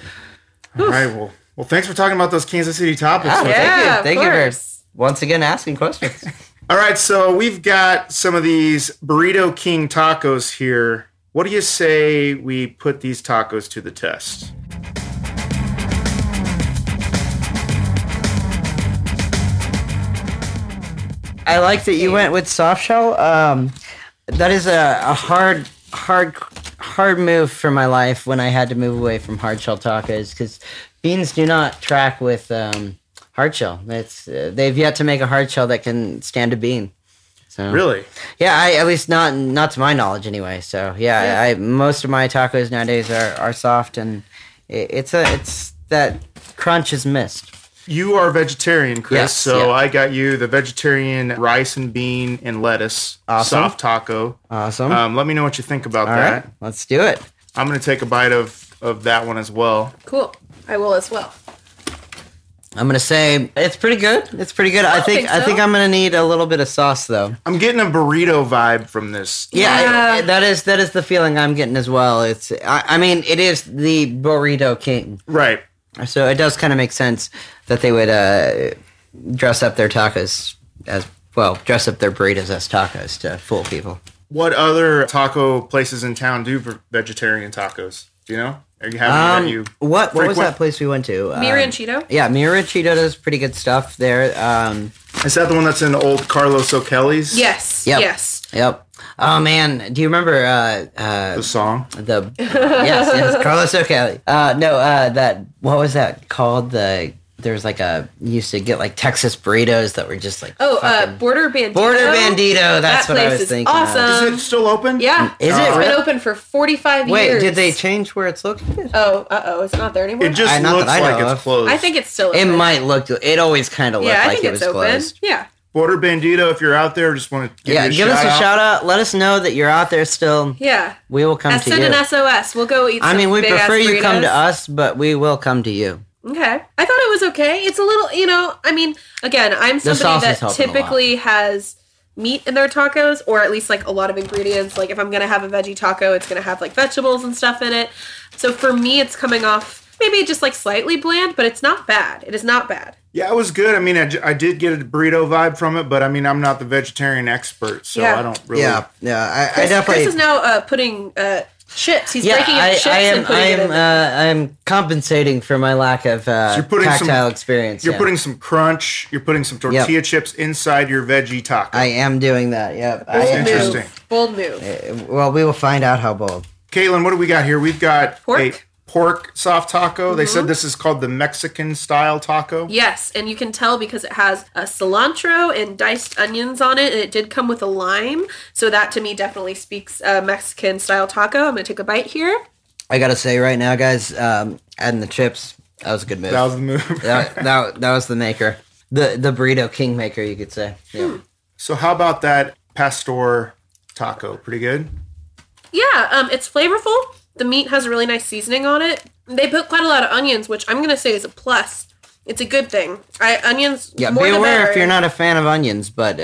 Speaker 1: All right. Well, well, thanks for talking about those Kansas City topics.
Speaker 4: Oh,
Speaker 1: with us.
Speaker 4: thank you.
Speaker 3: yeah, of
Speaker 4: Thank you for-
Speaker 3: course.
Speaker 4: Once again, asking questions.
Speaker 1: All right, so we've got some of these Burrito King tacos here. What do you say we put these tacos to the test?
Speaker 4: I like that you went with soft shell. Um, that is a, a hard, hard, hard move for my life when I had to move away from hard shell tacos because beans do not track with um, hard shell. It's, uh, they've yet to make a hard shell that can stand a bean. So
Speaker 1: Really?
Speaker 4: yeah, I, at least not not to my knowledge anyway. So yeah, I, I most of my tacos nowadays are, are soft and it, it's a it's that crunch is missed.
Speaker 1: You are vegetarian, Chris,
Speaker 4: Yes,
Speaker 1: so
Speaker 4: yeah.
Speaker 1: I got you the vegetarian rice and bean and lettuce uh,
Speaker 4: Awesome.
Speaker 1: soft taco.
Speaker 4: Awesome.
Speaker 1: Um, let me know what you think about
Speaker 4: All
Speaker 1: that.
Speaker 4: right, let's do it.
Speaker 1: I'm going to take a bite of, of that one as well.
Speaker 3: Cool. I will as well.
Speaker 4: I'm gonna say it's pretty good. It's pretty good. I
Speaker 3: don't
Speaker 4: think,
Speaker 3: think
Speaker 4: I
Speaker 3: so.
Speaker 4: think I'm gonna need a little bit of sauce though.
Speaker 1: I'm getting a burrito vibe from this.
Speaker 4: Yeah, I-
Speaker 3: Yeah.
Speaker 4: that is that is the feeling I'm getting as well. It's I, I mean it is the burrito king,
Speaker 1: Right.
Speaker 4: so it does kind of make sense that they would uh, dress up their tacos as well, dress up their burritos as tacos to fool people.
Speaker 1: What other taco places in town do v- vegetarian tacos? Do you know? Are you having
Speaker 4: Um,
Speaker 1: that you?
Speaker 4: what what
Speaker 1: frequent?
Speaker 4: was that place we went to? Um,
Speaker 3: Miranchito?
Speaker 4: Yeah, Mirachito does pretty good stuff there. Um,
Speaker 1: Is that the one that's in old Carlos O'Kelly's?
Speaker 3: Yes.
Speaker 4: Yep.
Speaker 3: Yes.
Speaker 4: yep. Oh man, do you remember uh, uh,
Speaker 1: The song.
Speaker 4: the yes, yes, Carlos O'Kelly. Uh, no, uh, that what was that called? The there was like a you used to get like Texas burritos that were just like
Speaker 3: Oh, uh,
Speaker 4: fucking-
Speaker 3: Border Bandito.
Speaker 4: Border Bandito. That's
Speaker 3: that
Speaker 4: what I
Speaker 3: place
Speaker 4: was
Speaker 3: is
Speaker 4: thinking. of.
Speaker 1: Is
Speaker 3: awesome.
Speaker 1: it still open?
Speaker 3: Yeah.
Speaker 4: Is it
Speaker 3: It's been
Speaker 4: really?
Speaker 3: open for 45
Speaker 4: Wait,
Speaker 3: years.
Speaker 4: did they change where it's located?
Speaker 3: Oh, uh oh. It's not there anymore?
Speaker 1: It just
Speaker 4: I- not
Speaker 1: looks
Speaker 4: that I
Speaker 1: like
Speaker 4: know
Speaker 1: it's
Speaker 4: of.
Speaker 1: closed.
Speaker 3: I think it's still
Speaker 4: It
Speaker 3: open.
Speaker 4: might look. It always kind of looked
Speaker 3: Oh, Yeah, I
Speaker 4: like
Speaker 3: think
Speaker 4: it was
Speaker 3: it's open.
Speaker 4: closed.
Speaker 3: Yeah.
Speaker 1: Border Bandito. If you're out there, just want to give
Speaker 4: yeah,
Speaker 1: you a
Speaker 4: give
Speaker 1: shout
Speaker 4: us a
Speaker 1: out.
Speaker 4: shout out. Let us know that you're out there still.
Speaker 3: Yeah.
Speaker 4: We will come
Speaker 3: Uh,
Speaker 4: to
Speaker 3: send an
Speaker 4: you.
Speaker 3: SOS. We'll go eat.
Speaker 4: I
Speaker 3: some
Speaker 4: mean, we
Speaker 3: big-ass
Speaker 4: prefer you come to
Speaker 3: burritos.
Speaker 4: us, but we will come to you.
Speaker 3: Okay. I thought it was okay. It's a little, you know, I mean, again, I'm
Speaker 4: sauce
Speaker 3: somebody
Speaker 4: is
Speaker 3: that
Speaker 4: helping a lot.
Speaker 3: typically has meat in their tacos or at least like a lot of ingredients. Like if I'm going to have a veggie taco, it's going to have like vegetables and stuff in it. So for me, it's coming off maybe just like slightly bland, but it's not bad. It is not bad.
Speaker 1: Yeah, it was good. I mean, I, j- I did get a burrito vibe from it, but I mean, I'm not the vegetarian expert, so
Speaker 3: Yeah.
Speaker 1: I don't really.
Speaker 4: yeah. I,
Speaker 3: Chris, Chris is now uh, putting uh, chips. He's breaking up
Speaker 4: I,
Speaker 3: chips
Speaker 4: I
Speaker 3: and
Speaker 4: am. I
Speaker 3: putting it
Speaker 4: am.
Speaker 3: in.
Speaker 4: Uh, I am compensating for my lack of uh,
Speaker 1: you're putting some-
Speaker 4: tactile experience.
Speaker 1: You're
Speaker 4: yeah.
Speaker 1: putting some crunch. You're putting some tortilla chips inside your veggie taco.
Speaker 4: I am doing that. Yep. I
Speaker 1: That's
Speaker 3: bold
Speaker 4: am.
Speaker 1: interesting.
Speaker 3: move. Bold move.
Speaker 4: Well, we will find out how bold.
Speaker 1: Caitlin, what do we got here? We've got
Speaker 3: Pork. Mm-hmm.
Speaker 1: a pork soft taco. They said this is called the Mexican style taco.
Speaker 3: Yes, and you can tell because it has a cilantro and diced onions on it, and it did come with a lime. So that to me definitely speaks uh, Mexican style taco. I'm gonna take a bite here.
Speaker 4: I gotta say right now, guys, um, adding the chips. That was a good move.
Speaker 1: That was the move.
Speaker 4: that, that, that was the maker. The the burrito king maker, you could say. Yeah.
Speaker 3: Hmm.
Speaker 1: so how about that pastor taco? Pretty good.
Speaker 3: Yeah, um, it's flavorful. The meat has a really nice seasoning on it. They put quite a lot of onions, which I'm gonna say is a plus. It's a good thing. I onions.
Speaker 4: Yeah,
Speaker 3: more
Speaker 4: be
Speaker 3: the
Speaker 4: aware if
Speaker 3: better.
Speaker 4: you're not a fan of onions, but uh, it,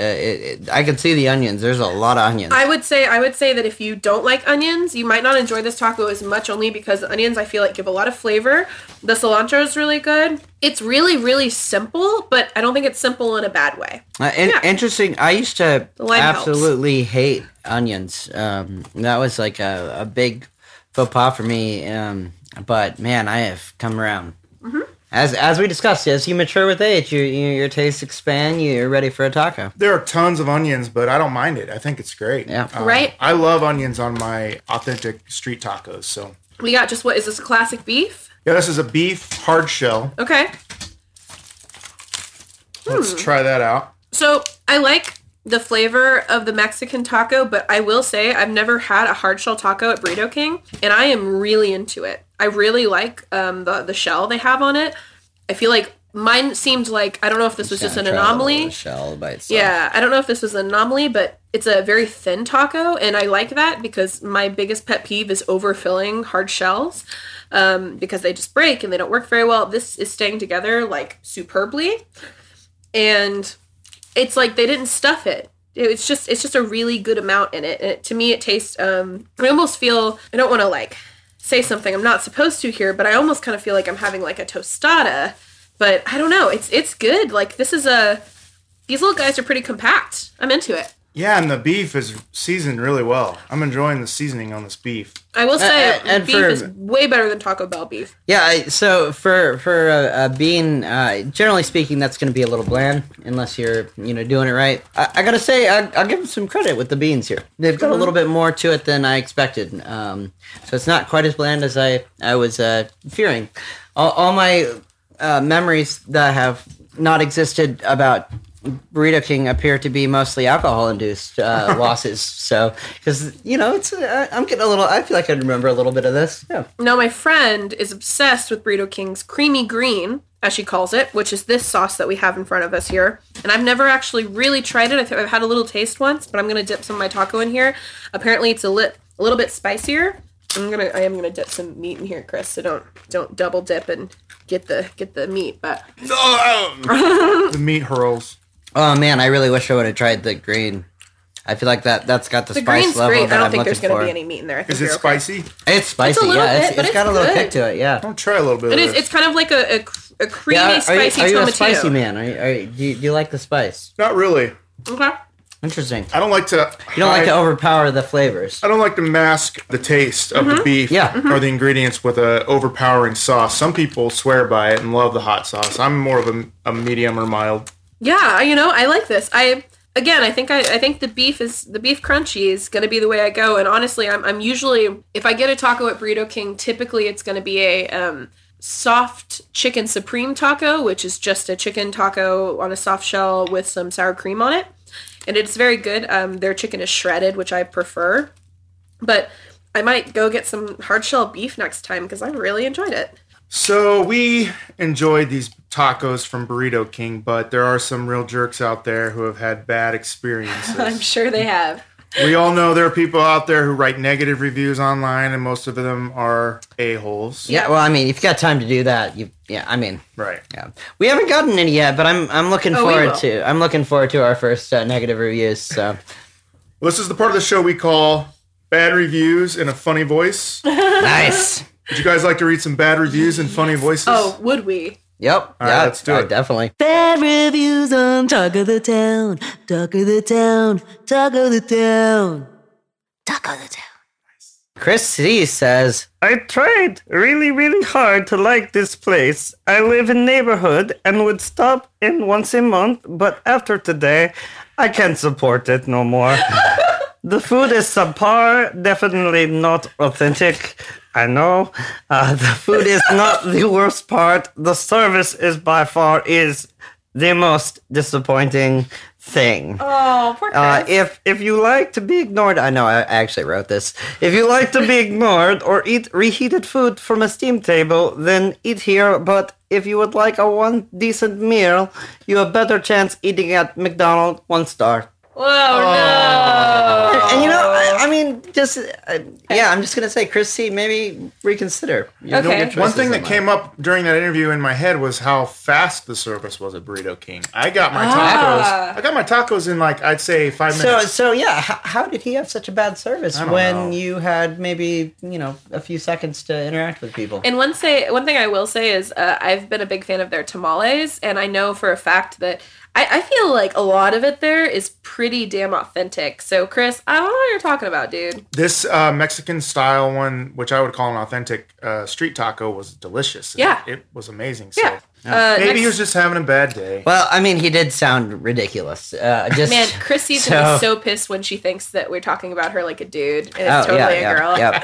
Speaker 4: it, I can see the onions. There's a lot of onions.
Speaker 3: I would say I would say that if you don't like onions, you might not enjoy this taco as much only because the onions I feel like give a lot of flavor. The cilantro is really good. It's really really simple, but I don't think it's simple in a bad way.
Speaker 4: Uh, in-
Speaker 3: Yeah.
Speaker 4: Interesting. I used to
Speaker 3: The lime helps.
Speaker 4: absolutely hate onions. Um, that was like a, a big faux pas for me. Um, but man, I have come around.
Speaker 3: Mm-hmm.
Speaker 4: As as we discussed, as you mature with age, you, you, your tastes expand. You're ready for a taco.
Speaker 1: There are tons of onions, but I don't mind it. I think it's great.
Speaker 4: Yeah.
Speaker 1: Um,
Speaker 3: Right.
Speaker 1: I love onions on my authentic street tacos. So
Speaker 3: We got just what is this classic beef?
Speaker 1: yeah, this is a beef hard shell.
Speaker 3: Okay.
Speaker 1: Let's
Speaker 3: Hmm.
Speaker 1: try that out.
Speaker 3: So, I like the flavor of the Mexican taco, but I will say I've never had a hard shell taco at Burrito King, and I am really into it. I really like um, the the shell they have on it. I feel like mine seemed like I don't know if this was just an
Speaker 5: Try a little
Speaker 3: anomaly.
Speaker 5: Shell by itself.
Speaker 3: Yeah, I don't know if this was an anomaly, but it's a very thin taco, and I like that because my biggest pet peeve is overfilling hard shells um, because they just break and they don't work very well. This is staying together like superbly, and it's like they didn't stuff it. It's just it's just a really good amount in it. And it to me, it tastes. Um, I almost feel I don't want to like say something I'm not supposed to here, but I almost kind of feel like I'm having like a tostada. But I don't know. It's it's good. Like this is a these little guys are pretty compact. I'm into it.
Speaker 1: Yeah, and the beef is seasoned really well. I'm enjoying the seasoning on this beef.
Speaker 3: I will say
Speaker 4: uh, and
Speaker 3: beef
Speaker 4: for-
Speaker 3: is way better than Taco Bell beef.
Speaker 4: Yeah, I- so for for a, a bean, uh, generally speaking, that's going to be a little bland unless you're you know doing it right. I, I gotta say, I, I'll give them some credit with the beans here. They've got a little bit more to it than I expected. Um, so it's not quite as bland as I I was uh, fearing. All, all my uh, memories that have not existed about Burrito King appear to be mostly alcohol induced uh, losses. So because you know it's uh, I'm getting a little. I feel like I remember a little bit of this. Yeah.
Speaker 3: Now my friend is obsessed with Burrito King's creamy green, as she calls it, which is this sauce that we have in front of us here. And I've never actually really tried it. I think I've had a little taste once, but I'm gonna dip some of my taco in here. Apparently, it's a lit a little bit spicier. I'm gonna I am gonna dip some meat in here, Chris. So don't don't double dip and get the get the meat. But Hmm.
Speaker 1: The meat hurls.
Speaker 4: Oh man, I really wish I would have tried the green. I feel like that that's got the,
Speaker 3: the
Speaker 4: spice
Speaker 3: green's
Speaker 4: level
Speaker 3: great. I
Speaker 4: that
Speaker 3: don't
Speaker 4: am
Speaker 3: think
Speaker 4: looking
Speaker 3: there's gonna
Speaker 4: for.
Speaker 3: be any meat in there. I think
Speaker 1: Is it
Speaker 3: you're okay.
Speaker 1: spicy?
Speaker 4: It's spicy,
Speaker 3: little
Speaker 4: yeah.
Speaker 3: bit,
Speaker 4: it's,
Speaker 3: but
Speaker 4: it's
Speaker 3: it's
Speaker 4: got a little
Speaker 3: good.
Speaker 4: kick to it, yeah.
Speaker 1: I'll try a little bit. of
Speaker 3: It is.
Speaker 1: this.
Speaker 3: It's kind of like a, a, cr- a creamy,
Speaker 4: yeah are, you,
Speaker 3: spicy
Speaker 4: are you a
Speaker 3: tomatillo.
Speaker 4: spicy man? Are you, are you, do, you, do you like the spice?
Speaker 1: not really.
Speaker 3: Okay.
Speaker 4: Interesting.
Speaker 1: I don't like to.
Speaker 4: You don't like to overpower the flavors.
Speaker 1: I don't like to mask the taste of
Speaker 3: Mm-hmm.
Speaker 1: the beef
Speaker 4: Yeah.
Speaker 1: or the ingredients with a overpowering sauce. Some people swear by it and love the hot sauce. I'm more of a, a medium or mild.
Speaker 3: Yeah, you know, I like this. I again, I think I, I think the beef is the beef crunchy is going to be the way I go. And honestly, I'm I'm usually if I get a taco at Burrito King, typically it's going to be a um, soft chicken supreme taco, which is just a chicken taco on a soft shell with some sour cream on it, and it's very good. Um, their chicken is shredded, which I prefer, but. I might go get some hard shell beef next time because I really enjoyed it.
Speaker 1: So we enjoyed these tacos from Burrito King, but there are some real jerks out there who have had bad
Speaker 3: I'm
Speaker 1: experiences.
Speaker 3: sure they have.
Speaker 1: we all know there are people out there who write negative reviews online, and most of them are a holes.
Speaker 4: Yeah, well, I mean, if you got time to do that, you yeah, I mean,
Speaker 1: Right.
Speaker 4: yeah. We haven't gotten any yet, but I'm I'm looking
Speaker 3: Oh, we
Speaker 4: forward
Speaker 3: will.
Speaker 4: to I'm looking forward to our first uh, negative reviews. So
Speaker 1: Well, this is the part of the show we call bad reviews in a funny voice. Would
Speaker 4: nice.
Speaker 1: you guys like to read some bad reviews in funny voices?
Speaker 3: Oh, would we?
Speaker 4: Yep.
Speaker 1: right,
Speaker 4: yeah,
Speaker 1: let's do
Speaker 4: oh,
Speaker 1: it.
Speaker 4: Definitely.
Speaker 6: Bad reviews on Talk of the Town. Talk of the Town. Talk of the Town. Talk of the Town.
Speaker 4: Chris C says,
Speaker 7: I tried really, really hard to like this place. I live in neighborhood and would stop in once a month, but after today, I can't support it no more. the food is subpar, definitely not authentic. I know. Uh, the food is not the worst part. The service is by far is the most disappointing thing.
Speaker 3: Oh, poor Chris.
Speaker 7: Uh, if if you like to be ignored, I know I actually wrote this. If you like to be ignored or eat reheated food from a steam table, then eat here. But if you would like a one decent meal, you have better chance eating at McDonald's one star.
Speaker 3: Whoa, no.
Speaker 7: And you know, I,
Speaker 3: Oh.
Speaker 7: I mean,
Speaker 4: just uh, yeah, I'm just gonna say, Chris C, maybe reconsider. You don't
Speaker 3: Okay.
Speaker 4: get
Speaker 1: One
Speaker 4: choices
Speaker 1: thing that
Speaker 4: in
Speaker 1: came up during that interview in my head was how fast the service was at Burrito King. I got my
Speaker 3: Ah.
Speaker 1: tacos. I got my tacos in like I'd say five
Speaker 4: life. So
Speaker 1: minutes.
Speaker 4: so yeah, how, how did he have such a bad service
Speaker 1: I don't
Speaker 4: when
Speaker 1: know.
Speaker 4: you had maybe you know a few seconds to interact with people?
Speaker 3: And one say one thing I will say is uh, I've been a big fan of their tamales, and I know for a fact that I, I feel like a lot of it there is pretty damn authentic. So Chris, I don't know what you're talking about, dude.
Speaker 1: this uh, Mexican style one, which I would call an authentic uh, street taco, was delicious.
Speaker 3: Yeah.
Speaker 1: it, was amazing. So
Speaker 3: Yeah. Uh,
Speaker 1: maybe
Speaker 3: next-
Speaker 1: he was just having a bad day.
Speaker 4: Well, I mean, he did sound ridiculous. Uh, just
Speaker 3: Man, Chrissy's gonna be
Speaker 4: So-
Speaker 3: so pissed when she thinks that we're talking about her like a dude, and it's
Speaker 4: Oh,
Speaker 3: totally
Speaker 4: yeah,
Speaker 3: a
Speaker 4: yeah,
Speaker 3: girl.
Speaker 4: yeah.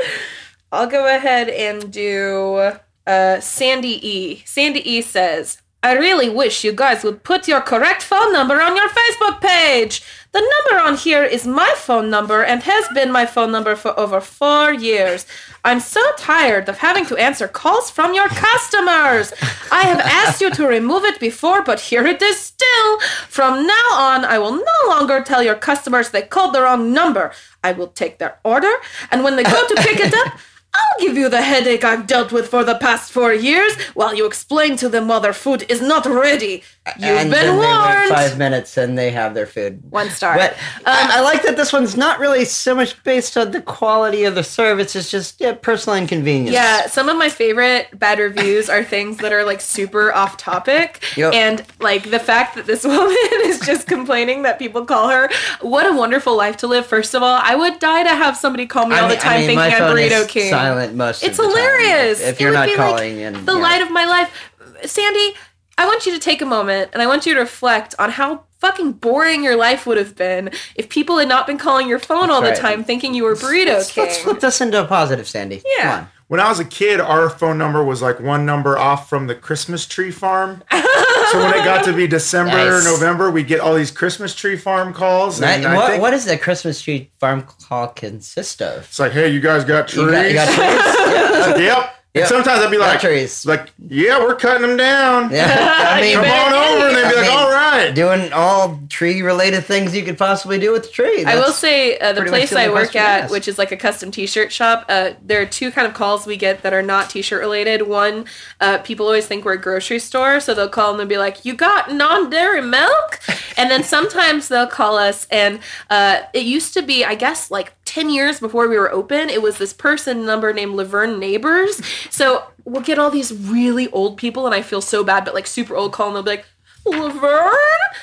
Speaker 3: I'll go ahead and do uh, Sandy E. Sandy E says, I really wish you guys would put your correct phone number on your Facebook page. The number on here is my phone number and has been my phone number for over four years. I'm so tired of having to answer calls from your customers. I have asked you to remove it before, but here it is still. From now on, I will no longer tell your customers they called the wrong number. I will take their order, and when they go to pick it up, I'll give you the headache I've dealt with for the past four years while you explain to them why their food is not ready. You've been
Speaker 4: and then they wait
Speaker 3: warned.
Speaker 4: five minutes and they have their food.
Speaker 3: One star. Uh,
Speaker 4: But um, I, I like that this one's not really so much based on the quality of the service. It's just yeah, personal inconvenience.
Speaker 3: Yeah, some of my favorite bad reviews are things that are like super off topic.
Speaker 4: Yep.
Speaker 3: And like the fact that this woman is just complaining that people call her, what a wonderful life to live. First of all, I would die to have somebody call me all the time thinking
Speaker 4: my
Speaker 3: I'm
Speaker 4: phone
Speaker 3: Burrito
Speaker 4: is
Speaker 3: King.
Speaker 4: Silent most. of
Speaker 3: It's
Speaker 4: the time.
Speaker 3: hilarious.
Speaker 4: If
Speaker 3: It
Speaker 4: you're
Speaker 3: would
Speaker 4: not
Speaker 3: be, like,
Speaker 4: calling, and
Speaker 3: the
Speaker 4: yeah.
Speaker 3: light of my life, Sandy. I want you to take a moment and I want you to reflect on how fucking boring your life would have been if people had not been calling your phone all
Speaker 4: right.
Speaker 3: the time thinking you were burrito
Speaker 4: let's,
Speaker 3: king.
Speaker 4: let's flip this into a positive, Sandy. Come
Speaker 3: Yeah.
Speaker 4: on.
Speaker 1: When I was a kid, our phone number was like one number off from the Christmas tree farm. so when it got to be December,
Speaker 4: Nice.
Speaker 1: November, we get all these Christmas tree farm calls. And
Speaker 4: Ni-
Speaker 1: I
Speaker 4: what,
Speaker 1: think
Speaker 4: what does the Christmas tree farm call consist of?
Speaker 1: it's like, hey, you guys got trees?
Speaker 4: You got, you got trees?
Speaker 1: yep. And
Speaker 4: Yep.
Speaker 1: sometimes I'd be
Speaker 4: Got
Speaker 1: like,
Speaker 4: trees.
Speaker 1: like, yeah, we're cutting them down.
Speaker 4: Yeah. I mean,
Speaker 1: Come on over. And they'd be
Speaker 4: I
Speaker 1: like,
Speaker 4: mean,
Speaker 1: all right.
Speaker 4: doing all tree related things you could possibly do with the tree.
Speaker 3: I will
Speaker 4: That's-
Speaker 3: say uh, the
Speaker 4: pretty much
Speaker 3: place
Speaker 4: the only
Speaker 3: I work
Speaker 4: question I
Speaker 3: at,
Speaker 4: asked.
Speaker 3: which is like a custom T-shirt shop, uh, there are two kind of calls we get that are not T-shirt related. One, uh, people always think we're a grocery store, so they'll call and they'll be like, "You got non-dairy milk?" and then sometimes they'll call us, and uh, it used to be, I guess, like ten years before we were open, it was this person number named Laverne Neighbors. So we'll get all these really old people, and I feel so bad, but like super old call, and they'll be like. Laverne?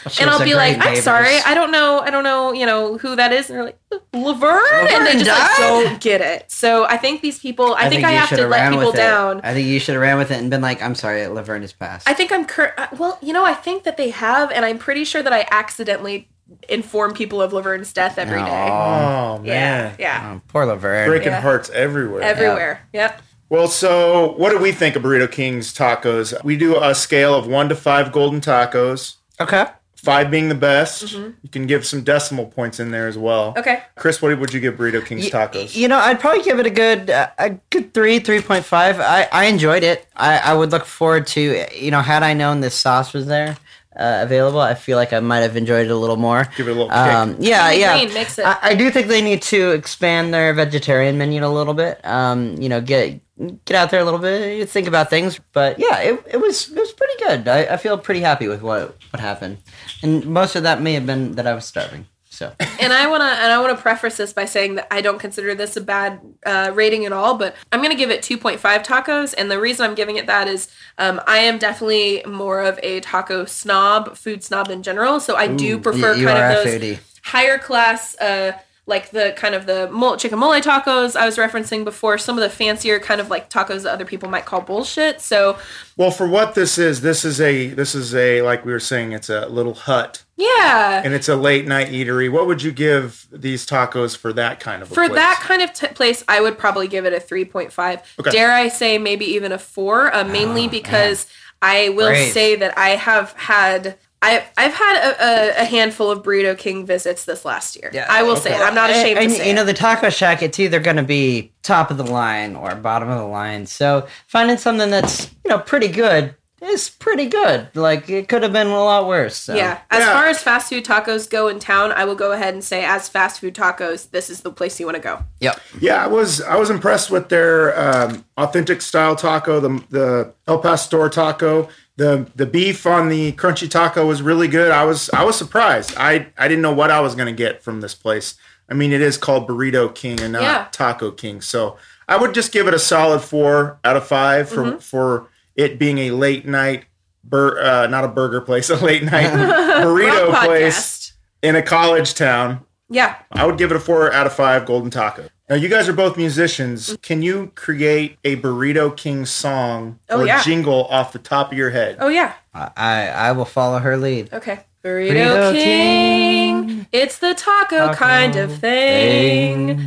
Speaker 4: She
Speaker 3: And
Speaker 4: was
Speaker 3: I'll
Speaker 4: a
Speaker 3: be
Speaker 4: great
Speaker 3: like, I'm
Speaker 4: neighbors.
Speaker 3: sorry, I don't know, I don't know, you know, who that is. And they're like, Laverne? and they
Speaker 4: Laverne
Speaker 3: just like,
Speaker 4: died?
Speaker 3: don't get it. So I think these people, I, think, I
Speaker 4: you
Speaker 3: have to
Speaker 4: should've
Speaker 3: let
Speaker 4: ran
Speaker 3: people
Speaker 4: with it.
Speaker 3: down.
Speaker 4: I think you should have ran with it and been like, I'm sorry, Laverne is passed.
Speaker 3: I think I'm cur- uh, well, you know, I think that they have, and I'm pretty sure that I accidentally inform people of Laverne's death every day. Mm.
Speaker 4: Aw.
Speaker 1: Oh, man.
Speaker 3: Yeah, yeah,
Speaker 4: Oh, poor Laverne.
Speaker 1: Breaking
Speaker 3: Yeah.
Speaker 1: hearts
Speaker 4: Oh,
Speaker 1: everywhere.
Speaker 3: everywhere. Yep.
Speaker 1: Well, so what do we think of Burrito King's tacos? We do a scale of one to five golden tacos,
Speaker 4: Okay.
Speaker 1: five being the best. You can give some decimal points in there as well.
Speaker 3: Mm-hmm. Okay.
Speaker 1: Chris, what would you give Burrito King's tacos?
Speaker 4: You know, I'd probably give it a good, uh, a good three, three point five. I, I enjoyed it. I, I would look forward to, you know, had I known this sauce was there uh, available, I feel like I might have enjoyed it a little more.
Speaker 1: Give it a little kick.
Speaker 4: Um, yeah,
Speaker 3: Leave it
Speaker 4: yeah.
Speaker 3: green, mix it.
Speaker 4: I, I do think they need to expand their vegetarian menu a little bit. Um, you know, get get out there a little bit, think about things. But yeah, it, it was it was pretty good. I, I feel pretty happy with what what happened, and most of that may have been that I was starving. So
Speaker 3: and I wanna and I wanna preface this by saying that I don't consider this a bad uh, rating at all, but I'm gonna give it 2.5 tacos, and the reason I'm giving it that is um, I am definitely more of a taco snob, food snob in general, so I do prefer
Speaker 4: you
Speaker 3: kind of
Speaker 4: are a
Speaker 3: those
Speaker 4: foodie.
Speaker 3: higher class. Uh, like the kind of the mole, chicken mole tacos I was referencing before, some of the fancier kind of like tacos that other people might call bullshit. So
Speaker 1: well, for what this is, this is a this is a like we were saying, it's a little hut
Speaker 3: yeah,
Speaker 1: and it's a late night eatery. What would you give these tacos for that kind of a
Speaker 3: for
Speaker 1: place?
Speaker 3: that kind of t- place, I would probably give it a 3.5.
Speaker 1: Okay. Oh,
Speaker 3: Dare I say, maybe even a four, uh, mainly because I will
Speaker 4: Brave.
Speaker 3: say that I have had. I, I've had a, a, a handful of Burrito King visits this last year. I will say it. I'm not ashamed
Speaker 4: and,
Speaker 3: to say
Speaker 4: you know
Speaker 3: it.
Speaker 4: the taco shack it's either going to be top of the line or bottom of the line so finding something that's you know pretty good is pretty good like it could have been a lot worse so.
Speaker 3: Yeah. As
Speaker 1: Yeah.
Speaker 3: far as fast food tacos go in town, I will go ahead and say, as fast food tacos, this is the place you want to go.
Speaker 4: yep
Speaker 1: Yeah, I was I was impressed with their um, authentic style taco, the the El Pastor taco. The the beef on the crunchy taco was really good. I was I was surprised. I I didn't know what I was going to get from this place. I mean, it is called Burrito King and not
Speaker 3: Yeah.
Speaker 1: Taco King. So, I would just give it a solid 4 out of 5 for
Speaker 3: Mm-hmm.
Speaker 1: for it being a late night bur- uh, not a burger place, a late night burrito
Speaker 3: Wrong
Speaker 1: place
Speaker 3: podcast.
Speaker 1: in a college town.
Speaker 3: Yeah.
Speaker 1: I would give it a four out of five golden taco. Now, you guys are both musicians. Can you create a Burrito King song
Speaker 3: Oh,
Speaker 1: or
Speaker 3: yeah.
Speaker 1: jingle off the top of your head?
Speaker 3: Oh, yeah.
Speaker 4: I- I, I will follow her lead
Speaker 3: Okay. Burrito,
Speaker 4: Burrito
Speaker 3: King. It's the taco,
Speaker 4: Taco
Speaker 3: kind of thing.
Speaker 4: Oh.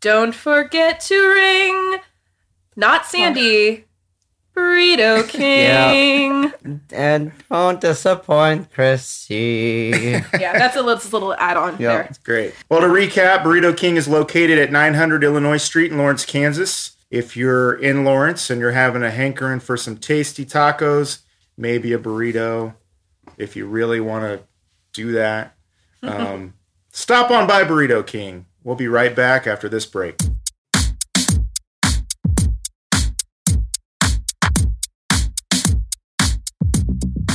Speaker 3: Don't forget to ring. Not Sandy. Burrito King.
Speaker 4: And don't disappoint Chrissy.
Speaker 3: yeah. that's a little, little add on there.
Speaker 1: Great. Well, to recap, Burrito King is located at 900 Illinois Street in Lawrence, Kansas. If you're in Lawrence and you're having a hankering for some tasty tacos, maybe a burrito, if you really want to do that, um, stop on by Burrito King. We'll be right back after this break.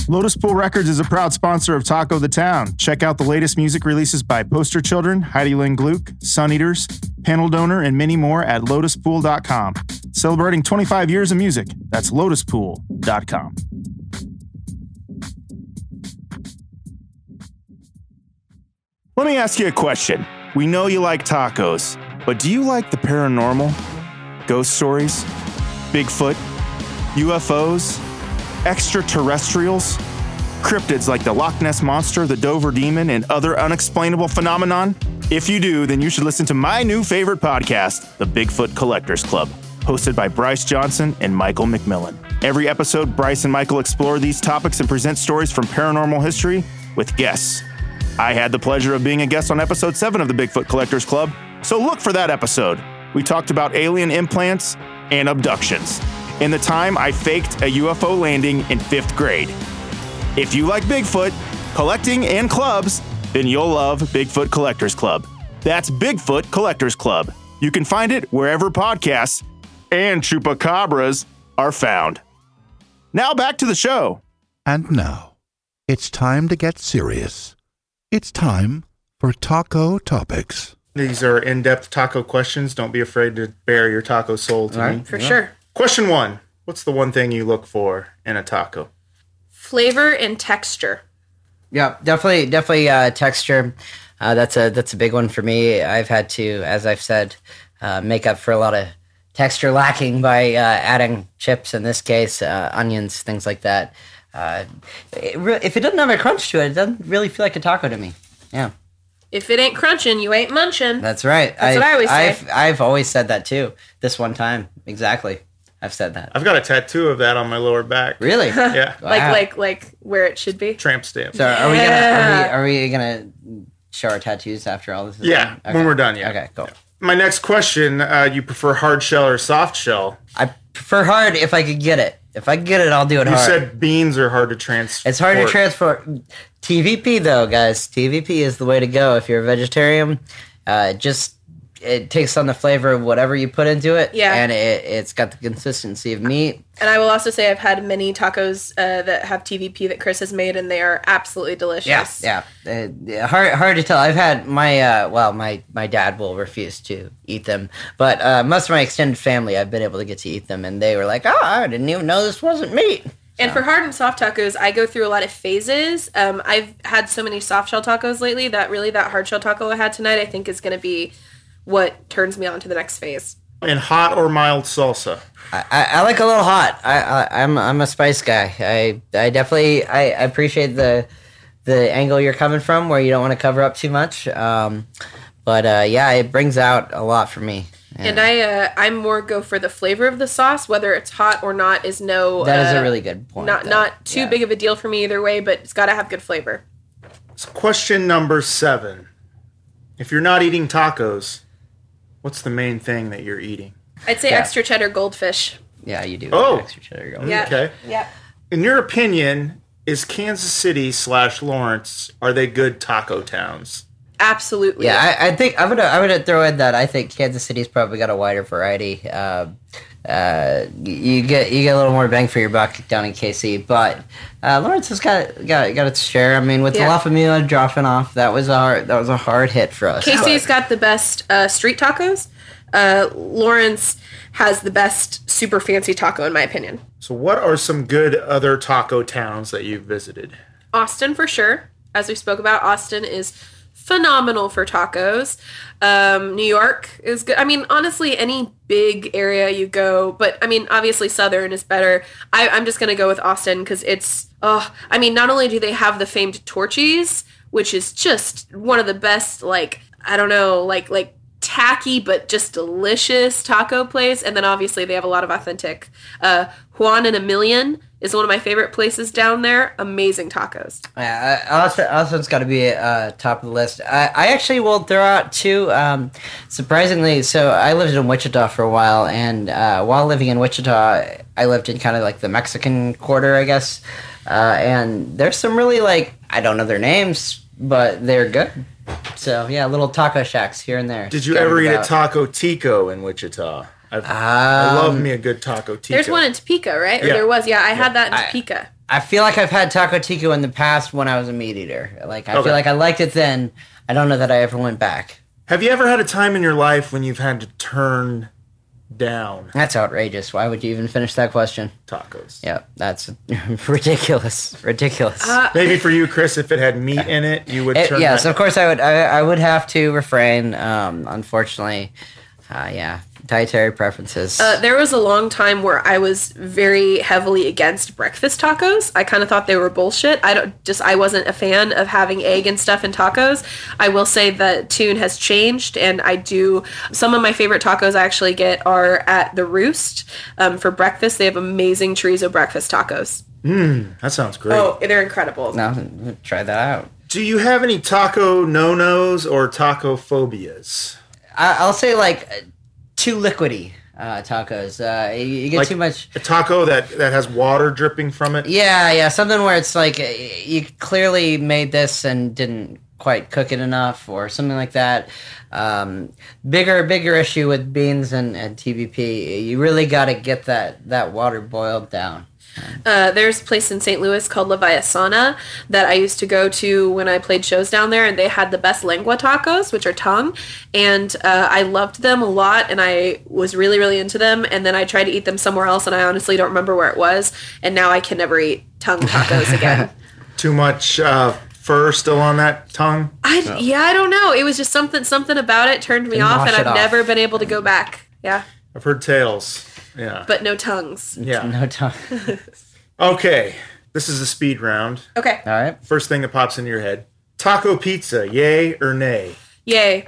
Speaker 1: Lotus Pool Records is a proud sponsor of Taco the Town. Check out the latest music releases by Poster Children, Heidi Lynn Gluck, Sun Eaters, Panel Donor, and many more at lotuspool.com. Celebrating 25 years of music. That's lotuspool.com. Let me ask you a question. We know you like tacos, but do you like the paranormal? Ghost stories? Bigfoot? UFOs? extraterrestrials, cryptids like the Loch Ness Monster, the Dover Demon, and other unexplainable phenomenon? If you do, then you should listen to my new favorite podcast, The Bigfoot Collectors Club, hosted by Bryce Johnson and Michael McMillan. Every episode, Bryce and Michael explore these topics and present stories from paranormal history with guests. I had the pleasure of being a guest on episode 7 of the Bigfoot Collectors Club, so look for that episode. We talked about alien implants and abductions, and the time I faked a UFO landing in fifth grade. If you like Bigfoot, collecting, and clubs, then you'll love Bigfoot Collectors Club. That's Bigfoot Collectors Club. You can find it wherever podcasts and chupacabras are found. Now back to the show.
Speaker 5: And now, it's time to get serious. It's time for Taco Topics.
Speaker 1: These are in depth taco questions. Don't be afraid to bare your taco soul to me.
Speaker 3: For sure.
Speaker 1: Question one What's the one thing you look for in a taco?
Speaker 3: Flavor and texture.
Speaker 4: Yeah, definitely, definitely uh, texture. Uh, that's a that's a big one for me. I've had to, as I've said, uh, make up for a lot of texture lacking by uh, adding chips. In this case, uh, onions, things like that. Uh, it re- if it doesn't have a crunch to it, it doesn't really feel like a taco to me. Yeah,
Speaker 3: If it ain't crunching, you ain't munching.
Speaker 4: that's right.
Speaker 3: That's what I always say.
Speaker 4: I've, I've always said that too. This one time, exactly. I've said that.
Speaker 1: I've got a tattoo of that on my lower back.
Speaker 4: Really?
Speaker 1: Yeah.
Speaker 3: like
Speaker 4: Wow.
Speaker 3: like like where it should be.
Speaker 1: Tramp stamp.
Speaker 4: So are we gonna
Speaker 3: Yeah.
Speaker 4: are we, are we gonna show our tattoos after all this? is
Speaker 1: Yeah,
Speaker 4: done?
Speaker 1: when we're done, yeah.
Speaker 4: Okay. Cool.
Speaker 1: My next question uh, you prefer hard shell or soft shell?
Speaker 4: I prefer hard if I could get it. If I could get it, I'll do it
Speaker 1: You
Speaker 4: hard.
Speaker 1: said beans are hard to transport.
Speaker 4: it's hard to transport. TVP though, guys. TVP is the way to go if you're a vegetarian. Uh, just it takes on the flavor of whatever you put into it.
Speaker 3: Yeah.
Speaker 4: And it, it's got the consistency of meat.
Speaker 3: And I will also say I've had many tacos uh, that have TVP that Chris has made, and they are absolutely delicious.
Speaker 4: Yeah. Uh, yeah, hard, hard to tell. I've had my uh, well, my my dad will refuse to eat them, but uh, most of my extended family, I've been able to get to eat them, and they were like, "Oh, I didn't even know this wasn't meat."
Speaker 3: And for hard and soft tacos, I go through a lot of phases. Um, I've had so many soft shell tacos lately that really that hard shell taco I had tonight, I think, is going to be what turns me on to the next phase.
Speaker 1: And hot or mild salsa?
Speaker 4: I, I, I like a little hot. I, I I'm I'm a spice guy. I I definitely I, I appreciate the the angle you're coming from, where you don't want to cover up too much. Um, but uh, yeah, it brings out a lot for me. Yeah.
Speaker 3: And I, uh, I'm more go for the flavor of the sauce, whether it's hot or not, is no.
Speaker 4: that is
Speaker 3: uh,
Speaker 4: a really good point.
Speaker 3: not
Speaker 4: though.
Speaker 3: not too
Speaker 4: Yeah.
Speaker 3: big of a deal for me either way, but it's got to have good flavor.
Speaker 1: It's question number seven. If you're not eating tacos, what's the main thing that you're eating?
Speaker 3: I'd say
Speaker 4: Yeah.
Speaker 3: extra cheddar goldfish.
Speaker 4: Yeah, you do.
Speaker 1: Oh.
Speaker 4: extra cheddar.
Speaker 3: Yeah.
Speaker 1: Okay.
Speaker 3: Yeah.
Speaker 1: In your opinion, is Kansas City slash Lawrence are they good taco towns?
Speaker 3: Absolutely.
Speaker 4: Yeah, I, I think I would I would throw in that I think Kansas City's probably got a wider variety. Uh, uh, you get you get a little more bang for your buck down in KC, but uh, Lawrence has got got got its share. I mean, with
Speaker 3: Yeah.
Speaker 4: La Familia dropping off, that was a hard, that was a hard hit for us.
Speaker 3: KC's got the best uh, street tacos. Uh, Lawrence has the best super fancy taco, in my opinion.
Speaker 1: So, what are some good other taco towns that you've visited?
Speaker 3: Austin, for sure. As we spoke about, Austin is phenomenal for tacos. Um, New York is good. I mean, honestly, any big area you go, but I mean, obviously, Southern is better. I, I'm just going to go with Austin because it's, oh, I mean, not only do they have the famed Torchies, which is just one of the best, like, I don't know, like, like, tacky but just delicious taco place. And then obviously they have a lot of authentic. Uh, Juan and a Million is one of my favorite places down there. Amazing tacos.
Speaker 4: Yeah, I- Austin, Austin's got to be uh, top of the list. I, I actually will throw out two. Um, surprisingly, so I lived in Wichita for a while, and uh, while living in Wichita, I lived in kind of like the Mexican quarter, I guess. Uh, and there's some really like I don't know their names, but they're good. So yeah, little taco shacks here and there.
Speaker 1: Did you
Speaker 4: Scattered
Speaker 1: ever eat a
Speaker 4: about.
Speaker 1: taco tico in Wichita? I've,
Speaker 4: Um,
Speaker 1: I love me a good taco tico.
Speaker 3: There's one in Topeka, right? Or
Speaker 1: Yeah.
Speaker 3: there was. Yeah, I had that in
Speaker 4: I-
Speaker 3: Topeka.
Speaker 4: I feel like I've had taco tico in the past when I was a meat eater. Like I
Speaker 1: Okay.
Speaker 4: feel like I liked it then. I don't know that I ever went back.
Speaker 1: Have you ever had a time in your life when you've had to turn down
Speaker 4: That's outrageous. Why would you even finish that question?
Speaker 1: tacos?
Speaker 4: Yeah, that's ridiculous. Ridiculous.
Speaker 1: Maybe for you, Chris, if it had meat in it, you would
Speaker 4: Eh,
Speaker 1: turn.
Speaker 4: yes,
Speaker 1: that-
Speaker 4: of course I would. I, I would have to refrain. Um, unfortunately, uh, yeah, dietary preferences.
Speaker 3: Uh, there was a long time where I was very heavily against breakfast tacos. I kind of thought they were bullshit. I don't just I wasn't a fan of having egg and stuff in tacos. I will say that tune has changed, and I do some of my favorite tacos I actually get are at the Roost um, for breakfast. They have amazing chorizo breakfast tacos.
Speaker 1: that sounds great.
Speaker 3: Oh, they're incredible.
Speaker 4: no, try that out.
Speaker 1: Do you have any taco no nos or taco phobias?
Speaker 4: I, I'll say like uh, too liquidy uh, tacos. Uh, you, you get
Speaker 1: Like-
Speaker 4: too much.
Speaker 1: A taco that that has water dripping from it.
Speaker 4: Yeah, yeah, something where it's like uh, you clearly made this and didn't quite cook it enough, or something like that. Um, bigger, bigger issue with beans and, and TBP. You really got to get that that water boiled down.
Speaker 3: Uh, there's a place in St. Louis called Leviasana that I used to go to when I played shows down there, and they had the best lengua tacos, which are tongue, and uh, I loved them a lot, and I was really, really into them. And then I tried to eat them somewhere else, and I honestly don't remember where it was. And now I can never eat tongue tacos again.
Speaker 1: Too much uh, fur still on that tongue.
Speaker 3: I yeah, I don't know. It was just something something about it turned me
Speaker 4: And
Speaker 3: off,
Speaker 4: wash
Speaker 3: and
Speaker 4: it
Speaker 3: I've
Speaker 4: off. Mm.
Speaker 3: never been able to go back. Yeah,
Speaker 1: I've heard tales. Yeah.
Speaker 3: but no tongues.
Speaker 4: Mm.
Speaker 1: yeah.
Speaker 4: No time.
Speaker 1: Okay. This is a speed round.
Speaker 3: Okay,
Speaker 4: All right.
Speaker 1: First thing that pops into your head. Taco pizza, yay or nay?
Speaker 3: yay.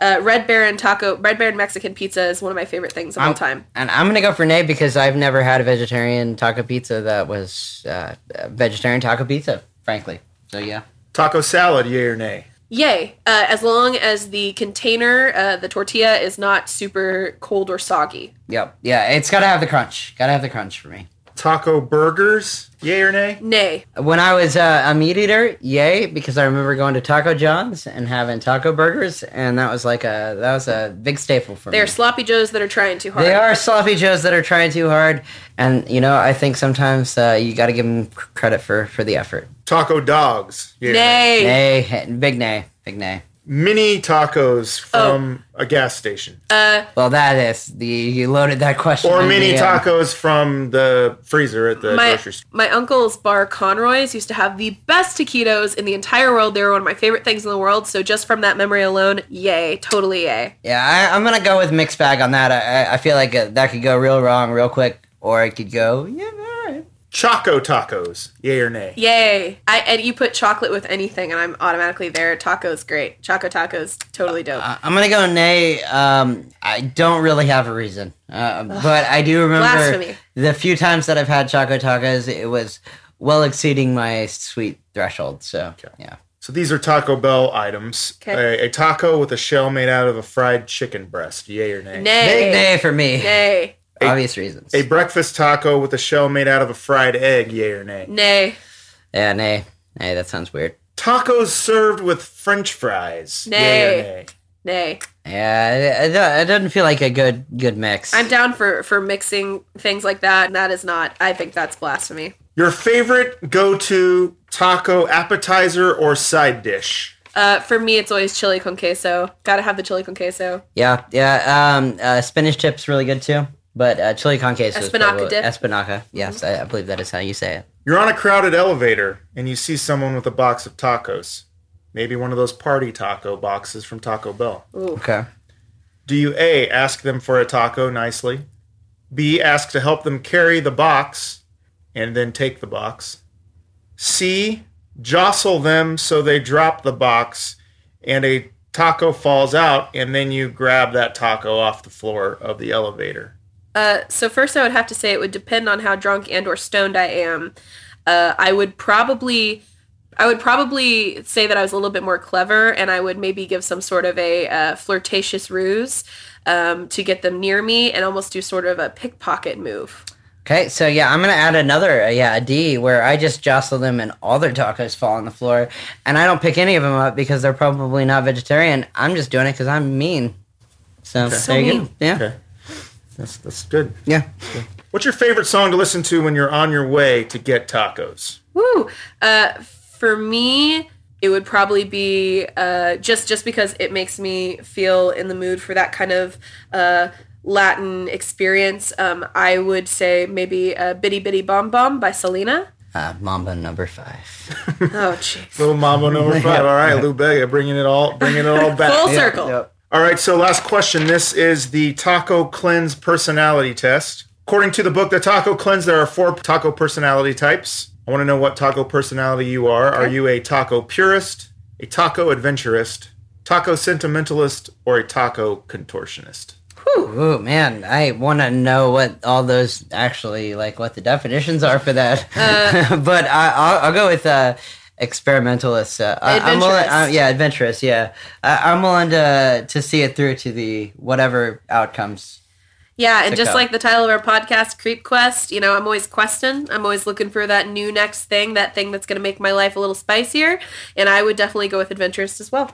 Speaker 3: Uh, Red Baron taco, Red Baron Mexican pizza is one of my favorite things of all time.
Speaker 4: And I'm gonna go for nay because I've never had a vegetarian taco pizza that was uh, a vegetarian taco pizza, frankly. So yeah.
Speaker 1: Taco salad, yay or nay?
Speaker 3: Yay! Uh, as long as the container, uh, the tortilla is not super cold or soggy.
Speaker 4: Yep. Yeah, it's gotta have the crunch. Gotta have the crunch for me.
Speaker 1: Taco burgers, yay or nay?
Speaker 3: Nay.
Speaker 4: When I was uh, a meat eater, yay, because I remember going to Taco John's and having taco burgers, and that was like a that was a big staple for
Speaker 3: They are
Speaker 4: me.
Speaker 3: sloppy joes that are trying too hard.
Speaker 4: They are sloppy joes that are trying too hard, and you know I think sometimes uh, you got to give them credit for for the effort.
Speaker 1: Taco dogs, yay. or
Speaker 3: Nay.
Speaker 4: Nay, big nay, big nay.
Speaker 1: Mini tacos
Speaker 3: Oh.
Speaker 1: from a gas station,
Speaker 3: Uh,
Speaker 4: Well, that is the you loaded that question.
Speaker 1: or
Speaker 4: in
Speaker 1: mini
Speaker 4: the, uh,
Speaker 1: tacos from the freezer at the
Speaker 3: My,
Speaker 1: grocery store.
Speaker 3: my uncle's bar Conroy's used to have the best taquitos in the entire world. They were one of my favorite things in the world. So just from that memory alone, yay, totally yay.
Speaker 4: Yeah, I, I'm gonna go with mixed bag on that. I, I- I feel like uh that could go real wrong real quick, or it could go yeah, all right.
Speaker 1: Choco tacos, yay or nay?
Speaker 3: Yay. I, and you put chocolate with anything and I'm automatically there. Tacos great. Choco tacos totally dope.
Speaker 4: I- I'm gonna go nay. Um, I don't really have a reason, uh, but I do remember
Speaker 3: Blasphemy.
Speaker 4: the few times that I've had choco tacos. It was well exceeding my sweet threshold. So yeah,
Speaker 1: So these are Taco Bell items.
Speaker 3: Okay.
Speaker 1: A, a taco with a shell made out of a fried chicken breast, yay or nay?
Speaker 3: nay.
Speaker 4: big nay for me.
Speaker 3: Nay.
Speaker 4: Obvious reasons.
Speaker 1: A breakfast taco with a shell made out of a fried egg, yay or nay?
Speaker 3: Nay.
Speaker 4: yeah, nay, nay. That sounds weird.
Speaker 1: Tacos served with French fries, yay or
Speaker 3: Nay.
Speaker 1: nay?
Speaker 3: Nay.
Speaker 4: Yeah, it, it doesn't feel like a good good mix.
Speaker 3: I'm down for for mixing things like that. and That is not. I think that's blasphemy.
Speaker 1: Your favorite go-to taco appetizer or side dish?
Speaker 3: Uh, for me, it's always chili con queso. Got to have the chili con queso.
Speaker 4: Yeah, yeah. Um, uh, spinach chips really good too, but uh, chili con queso. is
Speaker 3: Espinaca
Speaker 4: probably-
Speaker 3: dip. Mm-hmm.
Speaker 4: Espinaca. Yes, I, I believe that is how you say it.
Speaker 1: You're on a crowded elevator and you see someone with a box of tacos. Maybe one of those party taco boxes from Taco Bell.
Speaker 4: Okay.
Speaker 1: Do you A, ask them for a taco nicely? B, ask to help them carry the box and then take the box? C, jostle them so they drop the box and a taco falls out, and then you grab that taco off the floor of the elevator.
Speaker 3: Uh, so first, I would have to say it would depend on how drunk and or stoned I am. Uh, I would probably, I would probably say that I was a little bit more clever, and I would maybe give some sort of a uh, flirtatious ruse um, to get them near me, and almost do sort of a pickpocket move.
Speaker 4: Okay, so yeah, I'm gonna add another uh, yeah a D where I just jostle them and all their tacos fall on the floor, and I don't pick any of them up because they're probably not vegetarian. I'm just doing it because I'm mean. So
Speaker 3: So
Speaker 4: there you go.
Speaker 3: mean.
Speaker 4: Yeah,
Speaker 1: Okay, that's that's good.
Speaker 4: yeah.
Speaker 1: What's your favorite song to listen to when you're on your way to get tacos?
Speaker 3: Woo! Uh, for me, it would probably be uh, just just because it makes me feel in the mood for that kind of uh, Latin experience. Um, I would say maybe uh, "Bitty Bitty Bomb Bomb" by Selena.
Speaker 4: Uh, Mamba number five.
Speaker 3: Oh, jeez.
Speaker 1: Little Mambo number five. All right, Lou Bega, bringing it all, bringing it all back.
Speaker 3: Full circle.
Speaker 1: All right, so last question. This is the Taco Cleanse personality test. According to the book, The Taco Cleanse, there are four taco personality types. I want to know what taco personality you are. Are you a taco purist, a taco adventurist, taco sentimentalist, or a taco contortionist?
Speaker 4: Ooh man, I want to know what all those actually like what the definitions are for that. but I, I'll, I'll go with uh, experimentalist. Uh, I- I'm willing,
Speaker 3: Adventurous.
Speaker 4: uh, yeah, adventurous. Yeah, I, I'm willing to to see it through to the whatever outcomes.
Speaker 3: Yeah, and
Speaker 4: Check
Speaker 3: just
Speaker 4: out.
Speaker 3: like the title of our podcast, Creep Quest, you know, I'm always questing. I'm always looking for that new next thing, that thing that's going to make my life a little spicier. And I would definitely go with adventurous as well.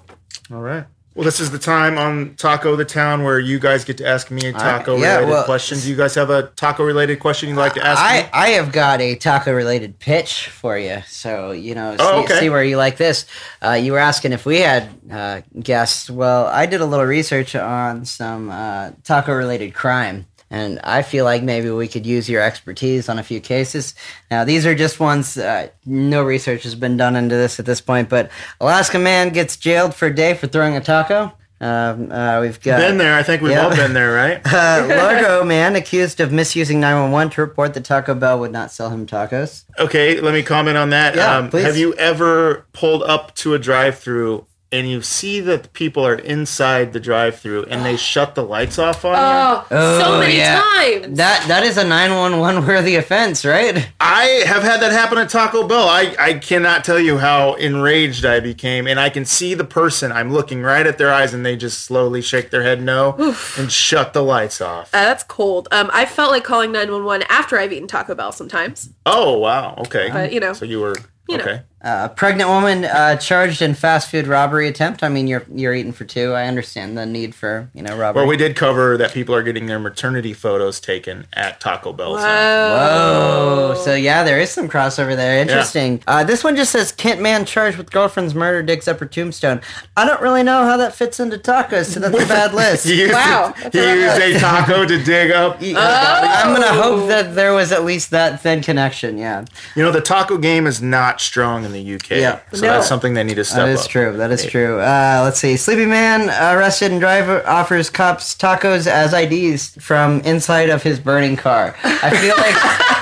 Speaker 1: All right. Well, this is the time on Taco the Town where you guys get to ask me a
Speaker 4: right,
Speaker 1: taco
Speaker 4: yeah,
Speaker 1: related
Speaker 4: well-
Speaker 1: question. Do you guys have a taco related question you'd like to ask me?
Speaker 4: I, I have got a taco related pitch for you. So, you know, see,
Speaker 1: Oh, okay.
Speaker 4: see where you like this. Uh, you were asking if we had uh, guests. Well, I did a little research on some uh, taco related crime. And I feel like maybe we could use your expertise on a few cases. Now, these are just ones, uh, no research has been done into this at this point, but Alaska man gets jailed for a day for throwing a taco. Um, uh, we've got.
Speaker 1: Been there. I think we've
Speaker 4: Yeah.
Speaker 1: all been there, right?
Speaker 4: Uh, Largo man accused of misusing 911 to report that Taco Bell would not sell him tacos.
Speaker 1: Okay, let me comment on that.
Speaker 4: Yeah,
Speaker 1: um,
Speaker 4: please.
Speaker 1: have you ever pulled up to a drive-through and you see that the people are inside the drive-through and they shut the lights off on you?
Speaker 3: Oh,
Speaker 4: Oh,
Speaker 3: so many
Speaker 4: yeah.
Speaker 3: times.
Speaker 4: That that is a 911 worthy offense, right?
Speaker 1: I have had that happen at Taco Bell. I, I cannot tell you how enraged I became, and I can see the person. I'm looking right at their eyes, and they just slowly shake their head no and shut the lights off.
Speaker 3: Uh, that's cold. Um, I felt like calling 911 after I've eaten Taco Bell sometimes.
Speaker 1: oh wow, okay.
Speaker 3: But, you know,
Speaker 1: so you were
Speaker 3: you know.
Speaker 1: okay.
Speaker 4: A pregnant woman uh, charged in fast food robbery attempt. I mean, you're you're eating for two. I understand the need for you know robbery.
Speaker 1: Well, we did cover that people are getting their maternity photos taken at Taco Bell. so-
Speaker 3: Um,
Speaker 4: Oh, so yeah, there is some crossover there. Interesting. Uh, this one just says Kent man charged with girlfriend's murder digs up her tombstone. I don't really know how that fits into tacos, so that's a bad list.
Speaker 1: You used,
Speaker 3: Wow.
Speaker 1: you used a taco to dig up. You
Speaker 4: I'm gonna
Speaker 1: Oh.
Speaker 4: hope that there was at least that thin connection. Yeah.
Speaker 1: know, the taco game is not strong in the UK.
Speaker 4: Yeah.
Speaker 1: So
Speaker 3: No.
Speaker 1: that's something they need to step
Speaker 4: That is
Speaker 1: up.
Speaker 4: true. That is true. Uh, let's see. Sleepy man arrested and driver offers cops tacos as IDs from inside of his burning car. I feel like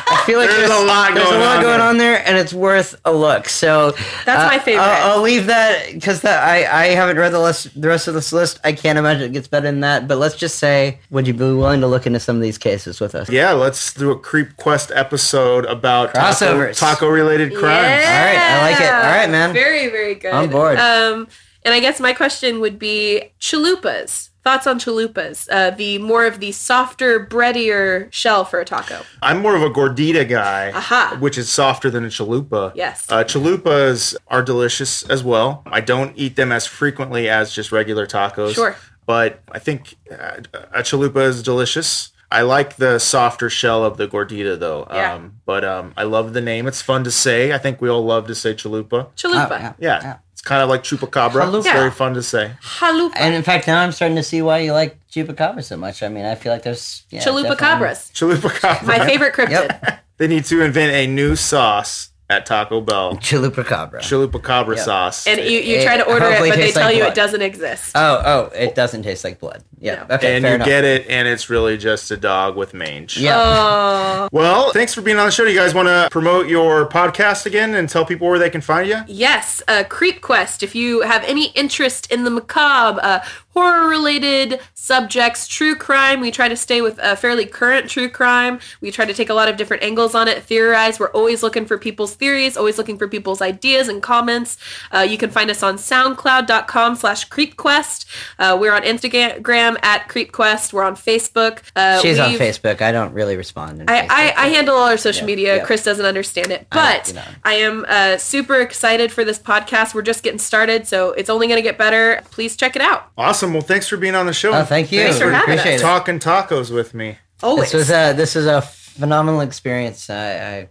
Speaker 4: I feel like
Speaker 1: There's a lot
Speaker 4: there's
Speaker 1: going
Speaker 4: a lot
Speaker 1: on
Speaker 4: going
Speaker 1: there.
Speaker 4: on there, and it's worth a look. So uh,
Speaker 3: That's my favorite.
Speaker 4: I'll, I'll leave that because that I, I haven't read the list the rest of this list. I can't imagine it gets better than that. But let's just say, would you be willing to look into some of these cases with us?
Speaker 1: Yeah, let's do a Creep Quest episode about
Speaker 4: Crossovers.
Speaker 1: taco related crimes.
Speaker 4: All right, I like it. All right, man.
Speaker 3: Very, very good.
Speaker 4: On board.
Speaker 3: Um, and I guess my question would be chalupas. Thoughts on chalupas? Uh, the more of the softer, breadier shell for a taco.
Speaker 1: I'm more of a gordita guy,
Speaker 3: Aha.
Speaker 1: which is softer than a chalupa.
Speaker 3: Yes.
Speaker 1: Uh, chalupas are delicious as well. I don't eat them as frequently as just regular tacos.
Speaker 3: Sure.
Speaker 1: But I think uh, a chalupa is delicious. I like the softer shell of the gordita though.
Speaker 3: Yeah.
Speaker 1: Um, but um, I love the name. It's fun to say. I think we all love to say chalupa.
Speaker 3: Chalupa.
Speaker 4: Oh, yeah.
Speaker 1: Yeah. It's kind of like chupacabra. It's
Speaker 4: Chalupa.
Speaker 1: very fun to say.
Speaker 3: Chalupa.
Speaker 4: And in fact, now I'm starting to see why you like chupacabra so much. I mean, I feel like there's yeah,
Speaker 3: Chalupa
Speaker 4: definitely-
Speaker 3: cabras.
Speaker 1: Chupacabra.
Speaker 3: My favorite cryptid.
Speaker 1: They need to invent a new sauce at Taco Bell.
Speaker 4: Chupacabra.
Speaker 1: Chupacabra
Speaker 4: Yep.
Speaker 1: sauce.
Speaker 3: And you, you
Speaker 4: It
Speaker 3: try to order it,
Speaker 4: hopefully
Speaker 3: but they
Speaker 4: tastes
Speaker 3: tell
Speaker 4: like
Speaker 3: you
Speaker 4: blood.
Speaker 3: it doesn't exist.
Speaker 4: oh, oh, it doesn't taste like blood. Yeah.
Speaker 3: No.
Speaker 4: Okay.
Speaker 1: and
Speaker 4: fair
Speaker 1: you
Speaker 4: enough.
Speaker 1: get it, and it's really just a dog with mange.
Speaker 4: Yeah.
Speaker 3: Oh.
Speaker 1: Well, thanks for being on the show. Do you guys want to promote your podcast again and tell people where they can find you?
Speaker 3: Yes, uh, Creep Quest. If you have any interest in the macabre, uh, horror related subjects, true crime, we try to stay with uh, fairly current true crime. We try to take a lot of different angles on it, theorize. We're always looking for people's theories, always looking for people's ideas and comments. Uh, you can find us on soundcloud.com slash creepquest. Uh, we're on Instagram at creepquest. We're on Facebook. Uh,
Speaker 4: She's on
Speaker 3: we've-
Speaker 4: Facebook. I don't really respond. in Facebook,
Speaker 3: I, I, I
Speaker 4: but-
Speaker 3: handle all our social
Speaker 4: Yeah,
Speaker 3: media.
Speaker 4: yeah.
Speaker 3: Chris doesn't understand it,
Speaker 4: I don't,
Speaker 3: but I,
Speaker 4: you know.
Speaker 3: am uh, super excited for this podcast. We're just getting started, so it's only going to get better. Please check it out.
Speaker 1: Awesome. Well, thanks for being on the show.
Speaker 4: Oh, thank you.
Speaker 3: Thanks for having us.
Speaker 4: Appreciate it.
Speaker 1: Talking tacos with me.
Speaker 3: Always.
Speaker 4: This was a this was a phenomenal experience. I, I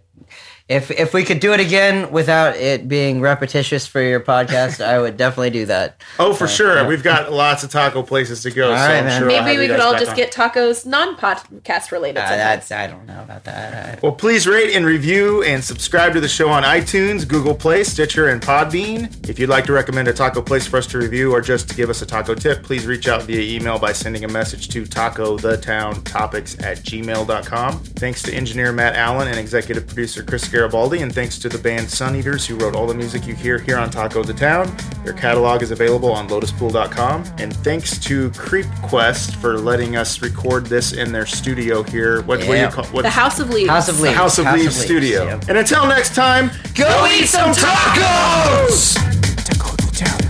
Speaker 4: if if we could do it again without it being repetitious for your podcast, I would definitely do that.
Speaker 1: Oh, for sure. We've got lots of taco places to go.
Speaker 4: All
Speaker 1: so
Speaker 4: right,
Speaker 1: I'm
Speaker 4: man.
Speaker 1: sure I'll have
Speaker 3: Maybe we
Speaker 1: you
Speaker 3: could
Speaker 1: guys
Speaker 3: all
Speaker 1: back
Speaker 3: just
Speaker 1: on.
Speaker 3: get tacos non-podcast related.
Speaker 4: Uh,
Speaker 3: sometime.
Speaker 4: that's I don't know about that.
Speaker 1: Well, please rate and review and subscribe to the show on iTunes, Google Play, Stitcher, and Podbean. If you'd like to recommend a taco place for us to review or just to give us a taco tip, please reach out via email by sending a message to tacothetowntopics at gmail.com. Thanks to engineer Matt Allen and executive producer Chris Garibaldi, and thanks to the band Sun Eaters who wrote all the music you hear here on Taco the Town. Their catalog is available on lotuspool.com. And thanks to Creep Quest for letting us record this in their studio here. What, what do you
Speaker 4: Yeah.
Speaker 1: call what,
Speaker 3: the House of Leaves.
Speaker 4: I, House of
Speaker 1: the
Speaker 4: Leaves.
Speaker 1: House of Leaves studio.
Speaker 4: yeah.
Speaker 1: And until next time,
Speaker 4: Go eat some
Speaker 1: tacos!
Speaker 2: Taco the town.